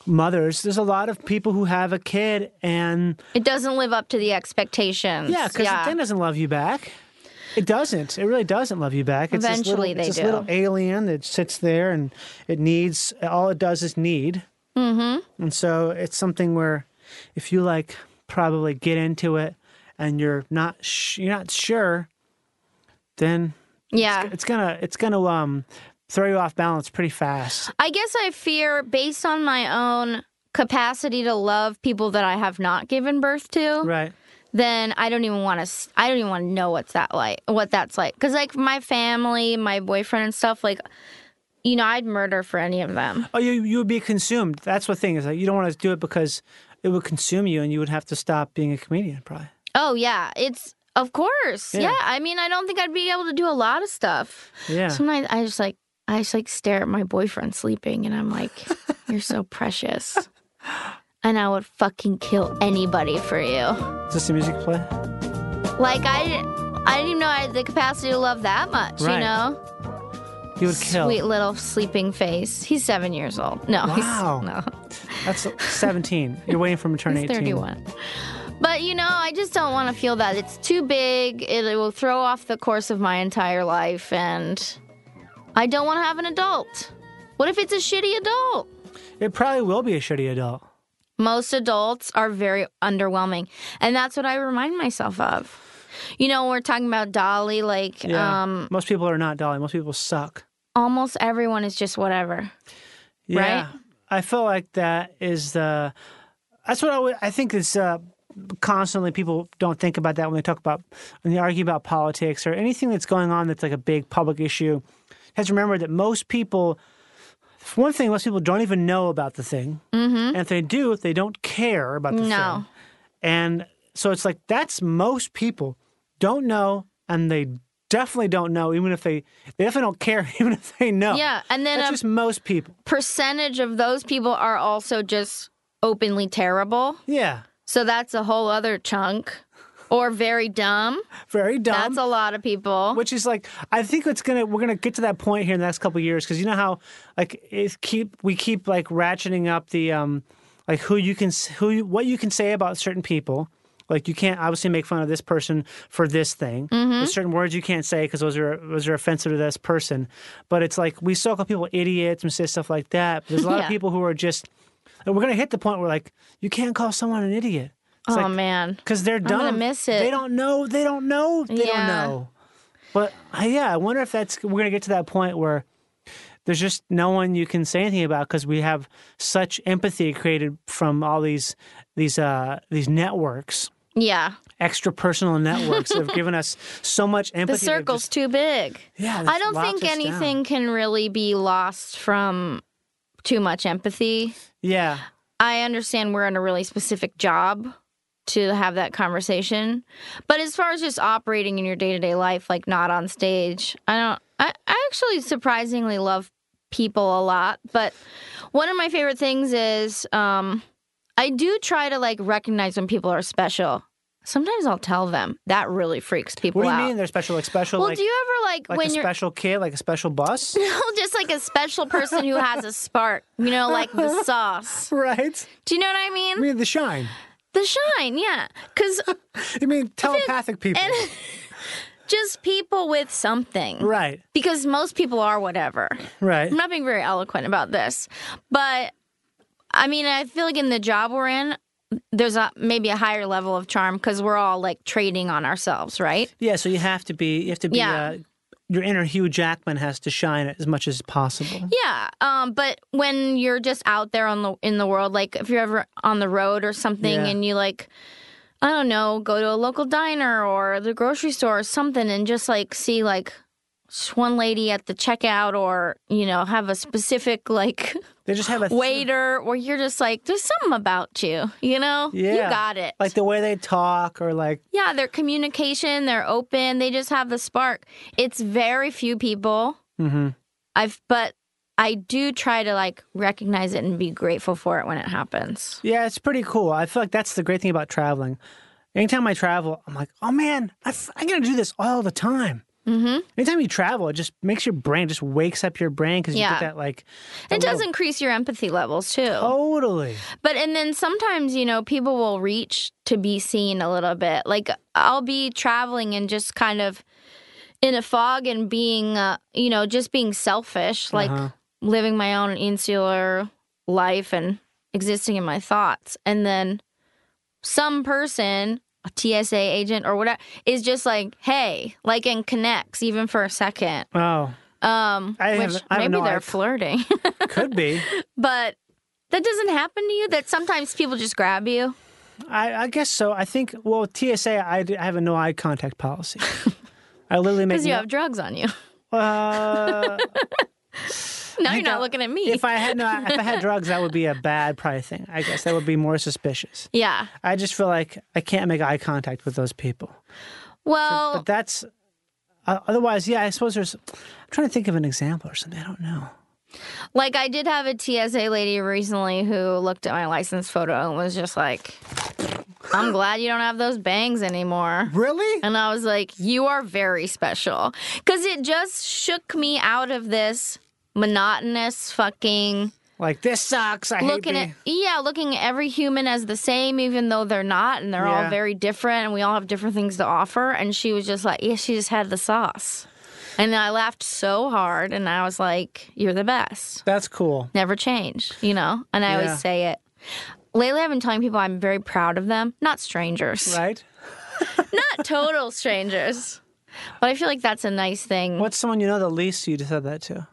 Speaker 3: Mothers, there's a lot of people who have a kid, and
Speaker 4: It doesn't live up to the expectations.
Speaker 3: yeah, because the thing doesn't love you back. It doesn't. It really doesn't love you back. It's
Speaker 4: Eventually
Speaker 3: this little,
Speaker 4: they
Speaker 3: it's this
Speaker 4: do.
Speaker 3: little alien that sits there and it needs all it does is need. Mm-hmm. And so it's something where if you like probably get into it and you're not sh- you're not sure, then
Speaker 4: yeah.
Speaker 3: it's gonna it's gonna um throw you off balance pretty fast.
Speaker 4: I guess I fear, based on my own capacity to love people that I have not given birth to,
Speaker 3: Right.
Speaker 4: then I don't even want to. I don't even want to know what's that like. What that's like, because like my family, my boyfriend and stuff, like you know, I'd murder for any of them.
Speaker 3: Oh, you you would be consumed. That's the thing is like you don't want to do it because it would consume you and you would have to stop being a comedian probably.
Speaker 4: Oh yeah, it's of course. Yeah, I mean, I don't think I'd be able to do a lot of stuff.
Speaker 3: Yeah.
Speaker 4: Sometimes I just like I just like stare at my boyfriend sleeping, and I'm like, "You're so precious," and I would fucking kill anybody for you.
Speaker 3: Is this the music play?
Speaker 4: Like I, didn't- I didn't even know I had the capacity to love that much.
Speaker 3: Right.
Speaker 4: You know,
Speaker 3: You would kill.
Speaker 4: sweet little sleeping face. He's seven years old. No,
Speaker 3: Wow.
Speaker 4: he's no,
Speaker 3: That's 17. You're waiting for him to turn
Speaker 4: he's
Speaker 3: 18.
Speaker 4: thirty-one. But you know, I just don't want to feel that. It's too big. It, it will throw off the course of my entire life, and I don't want to have an adult. What if it's a shitty adult?
Speaker 3: It probably will be a shitty adult.
Speaker 4: Most adults are very underwhelming. And that's what I remind myself of. You know, we're talking about Dolly, like,
Speaker 3: Yeah.
Speaker 4: um,
Speaker 3: Most people are not Dolly. Most people suck.
Speaker 4: almost everyone is just whatever.
Speaker 3: Yeah, I feel like that is the. That's what I, would- I think is uh, constantly people don't think about that when they talk about when they argue about politics or anything that's going on that's like a big public issue. You have to remember that most people, for one thing, most people don't even know about the thing, mm-hmm. and if they do, they don't care about the
Speaker 4: No.
Speaker 3: thing. And so it's like that's most people don't know, and they definitely don't know, even if they they definitely don't care, even if they know.
Speaker 4: Yeah, and then
Speaker 3: Oh, that's
Speaker 4: a-
Speaker 3: just most people.
Speaker 4: Percentage of those people are also just openly terrible.
Speaker 3: Yeah.
Speaker 4: So that's a whole other chunk. Or very dumb.
Speaker 3: Very dumb.
Speaker 4: That's a lot of people.
Speaker 3: which is like I think it's gonna we're gonna get to that point here in the next couple of years because you know how like it keep we keep like ratcheting up the um like who you can s- who you, what you can say about certain people. Like you can't obviously make fun of this person for this thing.
Speaker 4: Mm-hmm.
Speaker 3: There's certain words you can't say because those are those are offensive to this person. But it's like we still call people idiots and say stuff like that. But there's a lot
Speaker 4: Yeah.
Speaker 3: of people who are just and we're gonna hit the point where like you can't call someone an idiot.
Speaker 4: oh
Speaker 3: It's like,
Speaker 4: man.
Speaker 3: because they're dumb.
Speaker 4: gonna miss it.
Speaker 3: They don't know. They don't know. They don't
Speaker 4: Yeah.
Speaker 3: know. But uh, yeah, I wonder if that's we're gonna get to that point where there's just no one you can say anything about because we have such empathy created from all these these uh, these networks,
Speaker 4: Yeah.
Speaker 3: extra personal networks that have given us so much empathy.
Speaker 4: The
Speaker 3: they've
Speaker 4: circle's
Speaker 3: just-
Speaker 4: too big.
Speaker 3: yeah,
Speaker 4: I
Speaker 3: they've
Speaker 4: don't
Speaker 3: locked
Speaker 4: think
Speaker 3: us down.
Speaker 4: anything can really be lost from too much empathy.
Speaker 3: Yeah,
Speaker 4: I understand we're in a really specific job to have that conversation. But as far as just operating in your day to day life, like not on stage, I don't, I, I actually surprisingly love people a lot. But one of my favorite things is um, I do try to like recognize when people are special. Sometimes I'll tell them. That really freaks people
Speaker 3: what do
Speaker 4: out.
Speaker 3: you mean they're special? Like special?
Speaker 4: well,
Speaker 3: like
Speaker 4: do you ever like,
Speaker 3: like
Speaker 4: when
Speaker 3: a
Speaker 4: you're
Speaker 3: special kid? Like a special bus?
Speaker 4: just like a special person who has a spark, you know, like the sauce.
Speaker 3: right.
Speaker 4: Do you know what I mean?
Speaker 3: I mean the shine.
Speaker 4: The shine, yeah. Because
Speaker 3: You mean telepathic people?
Speaker 4: just people with something.
Speaker 3: right.
Speaker 4: Because most people are whatever.
Speaker 3: Right.
Speaker 4: I'm not being very eloquent about this, but I mean, I feel like in the job we're in, there's a, maybe a higher level of charm because we're all like trading on ourselves, right?
Speaker 3: Yeah, so you have to be. You have to be.
Speaker 4: Yeah.
Speaker 3: Uh, your inner Hugh Jackman has to shine as much as possible.
Speaker 4: Yeah, um, but when you're just out there on the in the world, like if you're ever on the road or something,
Speaker 3: Yeah.
Speaker 4: and you like, I don't know, go to a local diner or the grocery store or something, and just like see like just one lady at the checkout, or you know, have a specific like
Speaker 3: They just have a th-
Speaker 4: waiter, or you're just like, there's something about you, you know,
Speaker 3: Yeah,
Speaker 4: you got it.
Speaker 3: Like the way they talk, or like
Speaker 4: yeah, their communication, they're open, they just have the spark. It's very few people.
Speaker 3: Mhm.
Speaker 4: I've but I do try to like recognize it and be grateful for it when it happens.
Speaker 3: yeah, it's pretty cool. I feel like that's the great thing about traveling. Anytime I travel, I'm like, oh man, I f- I'm gonna do this all the time. Mm-hmm. Anytime you travel, it just makes your brain just wakes up your brain because you
Speaker 4: Yeah.
Speaker 3: get that like
Speaker 4: It does increase your empathy levels too.
Speaker 3: Oh, totally.
Speaker 4: But and then sometimes, you know, people will reach to be seen a little bit. Like I'll be traveling and just kind of in a fog and being, uh, you know, just being
Speaker 3: Uh-huh.
Speaker 4: selfish, like living my own insular life and existing in my thoughts. And then some person, a TSA agent or whatever, is just like, hey, like and connects even for a second.
Speaker 3: Oh,
Speaker 4: Um,
Speaker 3: I
Speaker 4: which
Speaker 3: have- I have
Speaker 4: maybe
Speaker 3: no
Speaker 4: they're
Speaker 3: idea.
Speaker 4: flirting,
Speaker 3: could be.
Speaker 4: but that doesn't happen to you. That sometimes people just grab you.
Speaker 3: I, I guess so. I think. Well, TSA, I, d- I have a no eye contact policy. I literally make
Speaker 4: Because you
Speaker 3: no-
Speaker 4: have drugs on you.
Speaker 3: Uh,
Speaker 4: now you're
Speaker 3: think
Speaker 4: not
Speaker 3: I-
Speaker 4: looking at me.
Speaker 3: if I had no, if I had drugs, that would be a bad probably thing. I guess that would be more suspicious.
Speaker 4: yeah.
Speaker 3: I just feel like I can't make eye contact with those people.
Speaker 4: Well,
Speaker 3: But that's uh, otherwise, yeah. I suppose there's. I'm trying to think of an example or something. I don't know.
Speaker 4: like I did have a TSA lady recently who looked at my license photo and was just like, I'm glad you don't have those bangs anymore.
Speaker 3: Really?
Speaker 4: And I was like, you are very special. Because it just shook me out of this monotonous fucking
Speaker 3: Like this sucks. I
Speaker 4: looking
Speaker 3: hate
Speaker 4: at yeah looking at every human as the same even though they're not and they're all
Speaker 3: Yeah.
Speaker 4: very different and we all have different things to offer and she was just like yeah she just had the sauce and i laughed so hard and i was like you're the best
Speaker 3: That's cool.
Speaker 4: never change you know and i
Speaker 3: Yeah.
Speaker 4: always say it lately i've been telling people i'm very proud of them not strangers
Speaker 3: Right?
Speaker 4: not total strangers but i feel like that's a nice thing
Speaker 3: What's someone you know the least you said that to?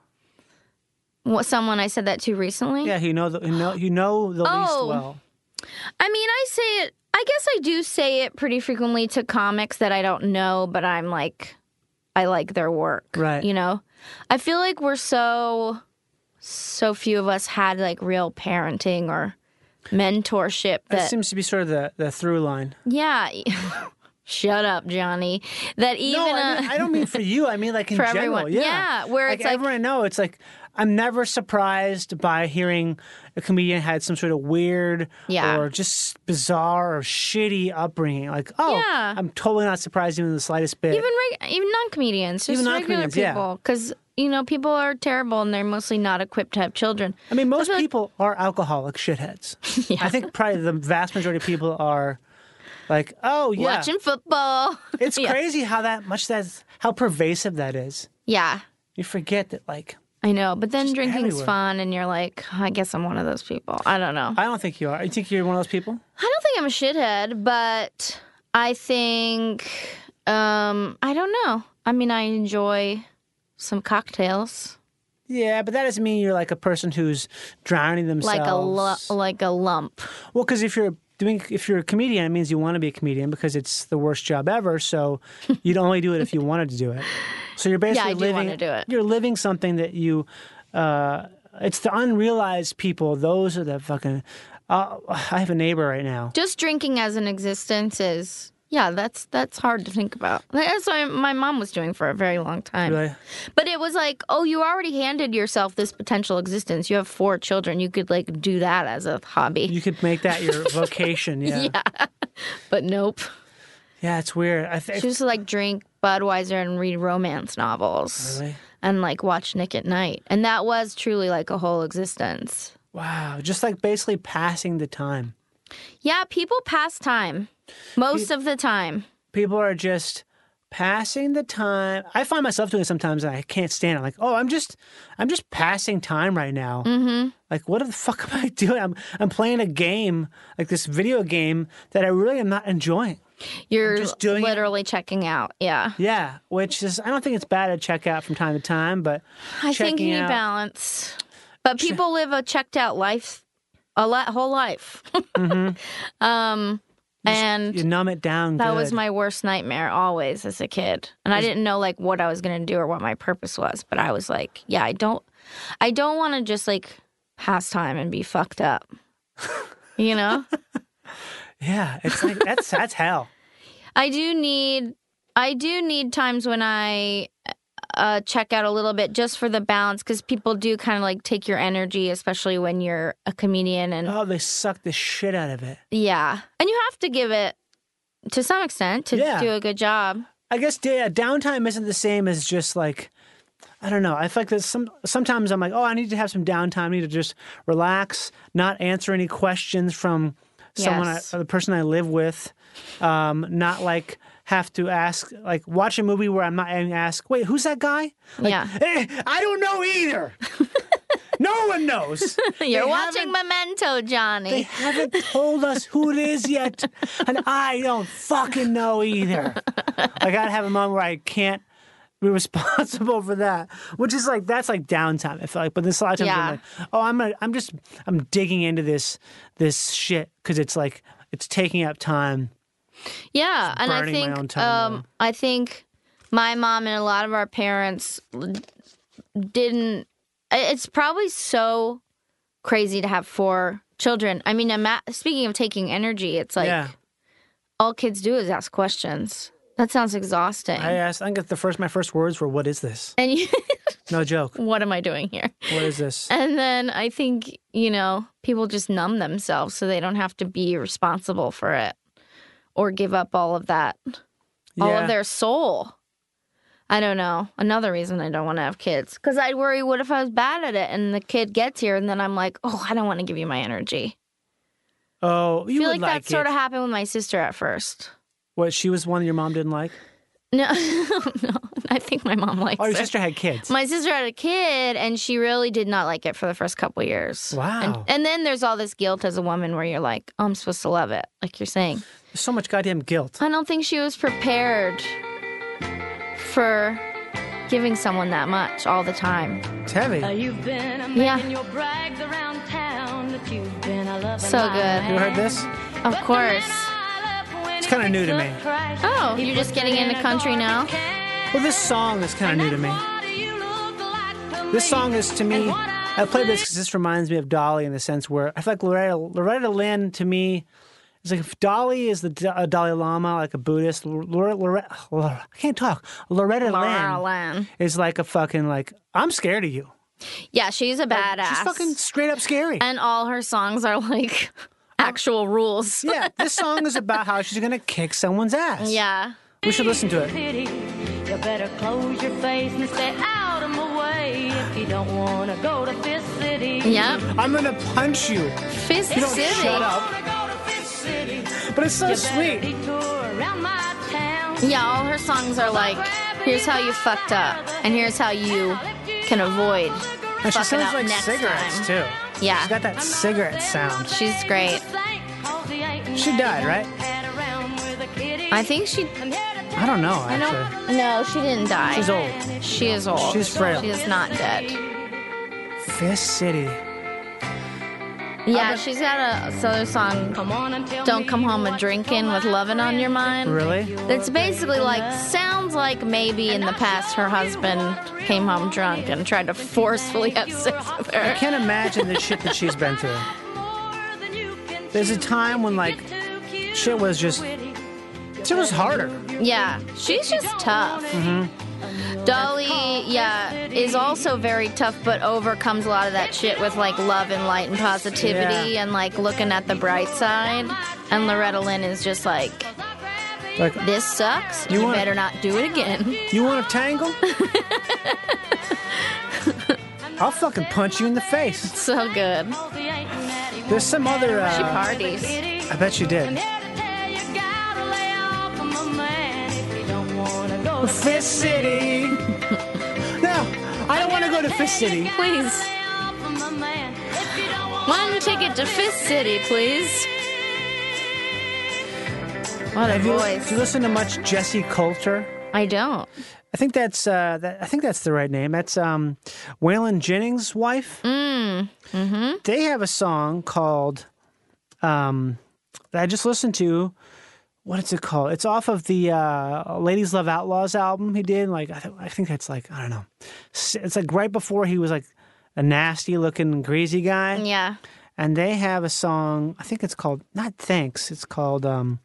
Speaker 4: What, someone I said that to recently?
Speaker 3: Yeah, you know the you know you know the
Speaker 4: Oh.
Speaker 3: least well.
Speaker 4: I mean, I say it. I guess I do say it pretty frequently to comics that I don't know, but I'm like, I like their work.
Speaker 3: Right.
Speaker 4: You know, I feel like we're so, so few of us had like real parenting or mentorship
Speaker 3: That,
Speaker 4: that,
Speaker 3: seems to be sort of the, the through line.
Speaker 4: yeah. Shut up, Johnny. That even
Speaker 3: no, I, mean,
Speaker 4: uh,
Speaker 3: I don't mean for you. I mean like in
Speaker 4: For
Speaker 3: general.
Speaker 4: everyone.
Speaker 3: Yeah.
Speaker 4: Yeah, where it's like-
Speaker 3: everyone I know, it's like I'm never surprised by hearing a comedian had some sort of weird
Speaker 4: Yeah.
Speaker 3: or just bizarre or shitty upbringing. Like, oh,
Speaker 4: Yeah.
Speaker 3: I'm totally not surprised even the slightest bit.
Speaker 4: even reg- even non comedians, just
Speaker 3: Even
Speaker 4: regular
Speaker 3: non-comedians, yeah.
Speaker 4: people, because you know people are terrible and they're mostly not equipped to have children.
Speaker 3: I mean, most
Speaker 4: feel like-
Speaker 3: people are alcoholic shitheads. I think probably the vast majority of people are like, oh yeah,
Speaker 4: Watching football.
Speaker 3: it's
Speaker 4: Yeah.
Speaker 3: crazy how that much that's how pervasive that is.
Speaker 4: Yeah.
Speaker 3: You forget that, like,
Speaker 4: I know, but then
Speaker 3: just
Speaker 4: drinking's
Speaker 3: everywhere.
Speaker 4: fun, and you're like, I guess I'm one of those people. I don't know.
Speaker 3: I
Speaker 4: I,
Speaker 3: don't think you are. You think you're one of those people?
Speaker 4: don't think I'm a shithead, but I think um, I don't know. I mean, I enjoy some cocktails,
Speaker 3: Yeah, but that doesn't mean you're like a person who's drowning themselves.
Speaker 4: like a lu- like a lump.
Speaker 3: well, because if you're doing, if you're a comedian, it means you want to be a comedian because it's the worst job ever. So you'd only do it if you wanted to do it. So you're basically
Speaker 4: I do
Speaker 3: living.
Speaker 4: wanna do it.
Speaker 3: You're living something that you. Uh, it's the unrealized people. Those are the fucking. Uh, I have a neighbor right now.
Speaker 4: Just drinking as an existence is. Yeah, that's that's hard to think about. That's what my mom was doing for a very long time.
Speaker 3: Really?
Speaker 4: But it was like, oh, you already handed yourself this potential existence. You have four children. You could like do that as a hobby.
Speaker 3: You could make that your vocation. Yeah. yeah.
Speaker 4: but nope.
Speaker 3: it's weird. I think.
Speaker 4: She used to like drink Budweiser and read romance novels
Speaker 3: Really?
Speaker 4: and like watch Nick at Night. And that was truly like a whole existence.
Speaker 3: Wow. Just like basically passing the time.
Speaker 4: Yeah, people pass time most of the time.
Speaker 3: people are just passing the time. I find myself doing it sometimes, and I can't stand it. Like, oh, I'm just, I'm just passing time right now. Mm-hmm. Like, what the fuck am I doing? I'm, I'm playing a game, like this video game that I really am not enjoying.
Speaker 4: You're
Speaker 3: just doing it-
Speaker 4: literally checking out. Yeah.
Speaker 3: Yeah, which is, I don't think it's bad to check out from time to time, but
Speaker 4: I think
Speaker 3: checking
Speaker 4: you need
Speaker 3: out-
Speaker 4: balance. But people live a checked out life, a li whole life. um, and
Speaker 3: Mm-hmm. you numb it down.
Speaker 4: That
Speaker 3: good.
Speaker 4: was my worst nightmare always as a kid. And I didn't know like what I was going to do or what my purpose was, but I was like, yeah, I don't I don't want to just like pass time and be fucked up. you know?
Speaker 3: yeah. It's like that's that's hell.
Speaker 4: I do need I do need times when I uh, check out a little bit just for the balance because people do kind of like take your energy, especially when you're a comedian and
Speaker 3: Oh, they suck the shit out of it.
Speaker 4: yeah, and you have to give it to some extent to
Speaker 3: Yeah.
Speaker 4: do a good job.
Speaker 3: I guess yeah, downtime isn't the same as just like I don't know. I feel like there's some sometimes I'm like, oh, I need to have some downtime. I need to just relax, not answer any questions from someone, I,
Speaker 4: Yes.
Speaker 3: the person I live with, um, not like have to ask like watch a movie where I'm not and ask, wait, who's that guy? Like,
Speaker 4: yeah,
Speaker 3: eh, I don't know either. no one knows. they
Speaker 4: you're watching
Speaker 3: haven't-
Speaker 4: Memento, Johnny.
Speaker 3: They haven't told us who it is yet, and I don't fucking know either. I gotta have a moment where I can't be responsible for that, which is like that's like downtime. I feel like, but this a lot of times I'm
Speaker 4: Yeah.
Speaker 3: like, oh, I'm gonna, I'm just I'm digging into this this shit because it's like it's taking up time.
Speaker 4: Yeah, and I
Speaker 3: burning my
Speaker 4: think
Speaker 3: own time away.
Speaker 4: um, I think my mom and a lot of our parents l- didn't. i- It's probably so crazy to have four children. I mean, ima- speaking of taking energy, it's like
Speaker 3: yeah,
Speaker 4: all kids do is ask questions. That sounds exhausting.
Speaker 3: I asked. I think the first my first words were, "What is this?"
Speaker 4: and you,
Speaker 3: No joke.
Speaker 4: what am I doing here?
Speaker 3: What is this?
Speaker 4: And then I think you know people just numb themselves so they don't have to be responsible for it or give up all of that all
Speaker 3: Yeah.
Speaker 4: of their soul. I don't know. Another reason I don't want to have kids because I'd worry what if I was bad at it and the kid gets here and then I'm like, oh, I don't want to give you my energy.
Speaker 3: Oh, you
Speaker 4: I feel
Speaker 3: would
Speaker 4: like, that
Speaker 3: it.
Speaker 4: sort of happened with my sister at first.
Speaker 3: what she was one your mom didn't like.
Speaker 4: No, no, I think my mom likes
Speaker 3: Oh, your
Speaker 4: it.
Speaker 3: sister had kids.
Speaker 4: My sister had a kid and she really did not like it for the first couple years.
Speaker 3: Wow.
Speaker 4: And, and then there's all this guilt as a woman where you're like, oh, I'm supposed to love it, like you're saying.
Speaker 3: There's so much goddamn guilt.
Speaker 4: I don't think she was prepared for giving someone that much all the time.
Speaker 3: It's heavy.
Speaker 7: Uh, You've been a
Speaker 4: Yeah.
Speaker 7: making your brags around town that you've been a loving
Speaker 4: So
Speaker 7: my
Speaker 4: good.
Speaker 7: man.
Speaker 3: You heard this?
Speaker 4: Of
Speaker 7: But the man
Speaker 4: course.
Speaker 7: I love when
Speaker 3: It's
Speaker 7: he
Speaker 3: kinda new
Speaker 7: picks
Speaker 3: to me.
Speaker 7: up trash,
Speaker 4: Oh,
Speaker 7: he
Speaker 4: you're just
Speaker 7: puts it
Speaker 4: getting
Speaker 7: in
Speaker 4: into
Speaker 7: a
Speaker 4: country
Speaker 7: garbage
Speaker 4: now?
Speaker 7: can.
Speaker 3: Well, this song is kind of new to me.
Speaker 7: Why do you look like to
Speaker 3: This
Speaker 7: me?
Speaker 3: song is to me.
Speaker 7: And what I
Speaker 3: I played this because this reminds me of Dolly in the sense where I feel like Loretta, Loretta Lynn to me is like if Dolly is the D- uh, Dalai Lama, like a Buddhist. Loretta, Loretta, I can't talk. Loretta
Speaker 4: Laura
Speaker 3: Lynn
Speaker 4: Lynn.
Speaker 3: is like a fucking like I'm scared of you.
Speaker 4: Yeah, she's a badass.
Speaker 3: She's fucking Oh. straight up scary.
Speaker 4: and all her songs are like actual rules.
Speaker 3: yeah, this song is about how she's gonna kick someone's ass.
Speaker 4: Yeah.
Speaker 3: we should listen to it.
Speaker 7: pity. You better close your face and stay out of my way if you don't want to go to this city.
Speaker 4: Yep.
Speaker 3: I'm gonna punch you,
Speaker 4: Fist
Speaker 3: don't
Speaker 4: City.
Speaker 3: shut up.
Speaker 7: Wanna go to this city.
Speaker 3: but it's so
Speaker 7: You better
Speaker 3: sweet.
Speaker 7: detour around my town.
Speaker 4: Yeah, all her songs are like, here's how you fucked up, and here's how you can avoid.
Speaker 3: And she
Speaker 4: fucking
Speaker 3: sounds
Speaker 4: up
Speaker 3: like
Speaker 4: next
Speaker 3: cigarettes
Speaker 4: time.
Speaker 3: too.
Speaker 4: Yeah.
Speaker 3: she's got that cigarette sound.
Speaker 4: She's great.
Speaker 3: She died, right?
Speaker 4: I think she.
Speaker 3: I don't know.
Speaker 4: I
Speaker 3: Actually.
Speaker 4: don't. No, she didn't die.
Speaker 3: She's old.
Speaker 4: She is old.
Speaker 3: She's frail.
Speaker 4: She is not dead.
Speaker 3: Fist City.
Speaker 4: Yeah, she's got a this other song,
Speaker 7: Come on and tell
Speaker 4: Don't
Speaker 7: me
Speaker 4: Come Home a
Speaker 7: what
Speaker 4: Drinking with Lovin' on Your Mind.
Speaker 3: Really?
Speaker 4: That's basically like, sounds like maybe in the past her husband came home drunk and tried to forcefully have sex with
Speaker 3: I
Speaker 4: her.
Speaker 3: can't imagine the shit that she's been through.
Speaker 7: more than you can
Speaker 3: There's a
Speaker 7: chew.
Speaker 3: time when like
Speaker 7: Get too cute,
Speaker 3: shit was just
Speaker 7: witty.
Speaker 3: shit was harder.
Speaker 4: Yeah, she's just tough.
Speaker 3: Mm-hmm.
Speaker 4: Dolly, yeah, is also very tough, but overcomes a lot of that shit with like love and light and positivity
Speaker 3: Yeah.
Speaker 4: and like looking at the bright side. And Loretta Lynn is just like,
Speaker 3: Like
Speaker 4: this sucks.
Speaker 3: You
Speaker 4: You,
Speaker 3: wanna-
Speaker 4: better not do it again.
Speaker 3: you want to tangle? I'll fucking punch you in the face.
Speaker 4: So good.
Speaker 3: There's some other.
Speaker 4: She
Speaker 3: Uh,
Speaker 4: parties.
Speaker 3: I bet you did. Fist City. No, I don't want to go to Fist City.
Speaker 4: Please. One ticket to Fist City, please. What a
Speaker 3: Have you, do you
Speaker 4: voice.
Speaker 3: listen to much Jesse Coulter?
Speaker 4: I don't.
Speaker 3: I think that's uh, that, I think that's the right name. That's um, Waylon Jennings' wife. Mm. hmm They have a song called um, that I just listened to. What is it called? It's off of the uh, Ladies Love Outlaws album he did. Like I, th- I think that's like I don't know. S- It's like right before he was like a nasty looking greasy guy,
Speaker 4: Yeah.
Speaker 3: and they have a song. I think it's called not Thanks. It's called um,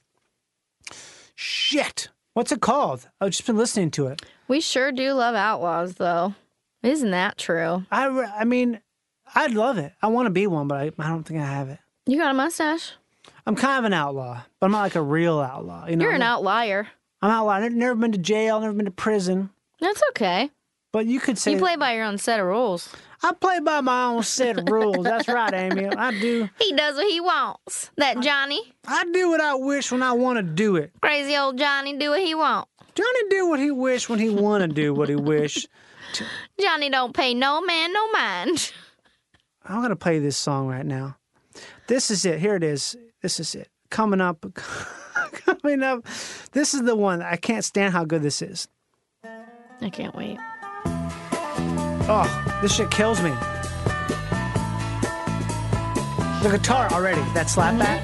Speaker 3: Shit. What's it called? I've just been listening to it.
Speaker 4: We sure do love outlaws, though. Isn't that true?
Speaker 3: I, re- I mean, I'd love it. I want to be one, but I, I don't think I have it.
Speaker 4: You got a mustache?
Speaker 3: I'm kind of an outlaw, but I'm not like a real outlaw. You know,
Speaker 4: You're an
Speaker 3: I'm-
Speaker 4: outlier.
Speaker 3: I'm outlaw. I've never been to jail, never been to prison.
Speaker 4: That's okay.
Speaker 3: But you could say
Speaker 4: You play by your own set of rules.
Speaker 3: I play by my own set of rules. That's right, Amy. I do.
Speaker 4: He does what he wants. That Johnny,
Speaker 3: I do what I wish when I want to do it.
Speaker 4: crazy old Johnny, do what he want.
Speaker 3: Johnny do what he wish when he want to do what he wish.
Speaker 4: Johnny don't pay no man no mind.
Speaker 3: I'm gonna play this song right now. This is it. Here it is. This is it. Coming up. coming up. This is the one. I can't stand how good this is.
Speaker 4: I can't wait.
Speaker 3: Oh, this shit kills me. The guitar already, that slapback.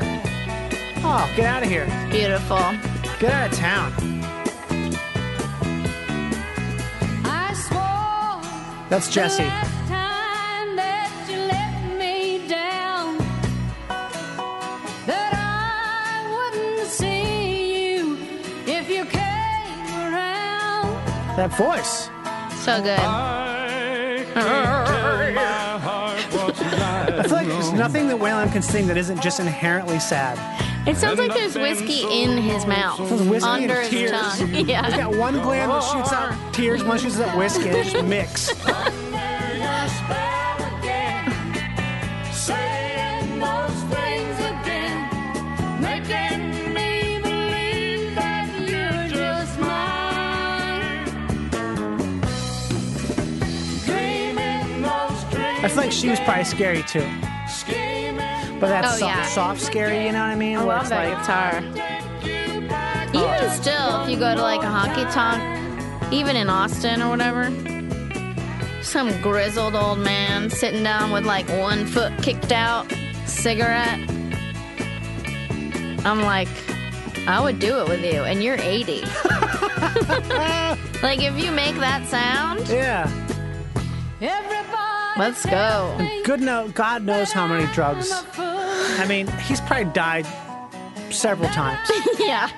Speaker 3: Oh, get out of here.
Speaker 4: Beautiful.
Speaker 3: Get out of town.
Speaker 1: I swore
Speaker 3: That's Jesse.
Speaker 1: last time that you let me down that I wouldn't see you if you came around.
Speaker 3: That voice.
Speaker 4: So good.
Speaker 3: I feel like there's nothing that Waylon can sing that isn't just inherently sad.
Speaker 4: It sounds like there's whiskey in his mouth,
Speaker 3: whiskey and
Speaker 4: under his
Speaker 3: tears.
Speaker 4: tongue.
Speaker 3: He's
Speaker 4: Yeah.
Speaker 3: got one gland that shoots out tears, one shoots out whiskey, and they just mix. I feel like she was probably scary too. But that's
Speaker 4: Oh,
Speaker 3: so-
Speaker 4: yeah.
Speaker 3: soft scary, you know what I mean?
Speaker 4: I
Speaker 3: Where
Speaker 4: love
Speaker 3: it's
Speaker 4: that
Speaker 3: like,
Speaker 4: guitar. Even still, if you go to like a honky tonk even in Austin or whatever. Some grizzled old man sitting down with like one foot kicked out, cigarette. I'm like, I would do it with you, and you're 80. like, if you make that sound,
Speaker 3: Yeah.
Speaker 4: let's go.
Speaker 3: Good no God knows how many drugs. I mean, he's probably died several times.
Speaker 4: yeah.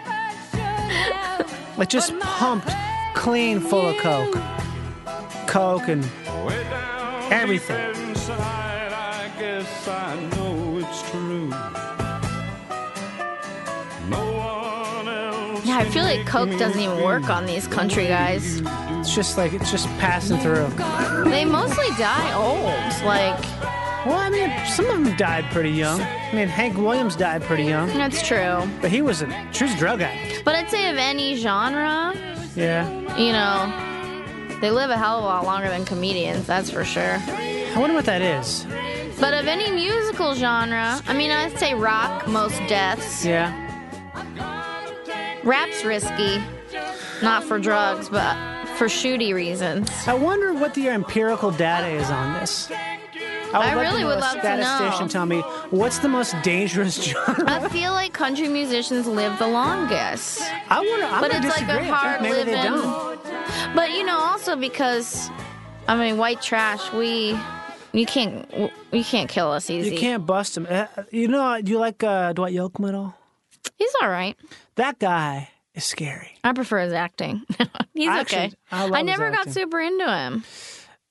Speaker 3: Like just pumped clean full of coke. Coke and everything.
Speaker 8: Inside, I guess I know it's true. No one else.
Speaker 4: Yeah, I feel like Coke doesn't even work on these country guys.
Speaker 3: It's just like it's just passing through.
Speaker 4: They mostly die old. Like,
Speaker 3: Well, I mean, some of them died pretty young. I mean, Hank Williams died pretty young,
Speaker 4: that's true.
Speaker 3: but he was a true drug addict.
Speaker 4: But I'd say of any genre,
Speaker 3: Yeah.
Speaker 4: you know, they live a hell of a lot longer than comedians, that's for sure.
Speaker 3: I wonder what that is.
Speaker 4: But of any musical genre, I mean, I'd say rock, most deaths.
Speaker 3: Yeah.
Speaker 4: Rap's risky, not for drugs, but for shooty reasons.
Speaker 3: I wonder what the empirical data is on this. I, would
Speaker 4: I
Speaker 3: like
Speaker 4: really
Speaker 3: to know
Speaker 4: would
Speaker 3: a
Speaker 4: love to know.
Speaker 3: statistician tell me what's the most dangerous genre.
Speaker 4: I feel like country musicians live the longest.
Speaker 3: I wonder. I'm
Speaker 4: But
Speaker 3: gonna
Speaker 4: it's like
Speaker 3: disagree.
Speaker 4: a
Speaker 3: I
Speaker 4: hard
Speaker 3: think maybe they don't.
Speaker 4: living. But you know, also because, I mean, white trash. We, you can't, you can't kill us easy.
Speaker 3: You can't bust him. Uh, You know, do you like uh, Dwight Yoakam at all?
Speaker 4: He's all right.
Speaker 3: That guy is scary.
Speaker 4: I prefer his acting. He's
Speaker 3: I
Speaker 4: okay.
Speaker 3: actually- I love
Speaker 4: I
Speaker 3: his
Speaker 4: never got
Speaker 3: acting.
Speaker 4: super into him,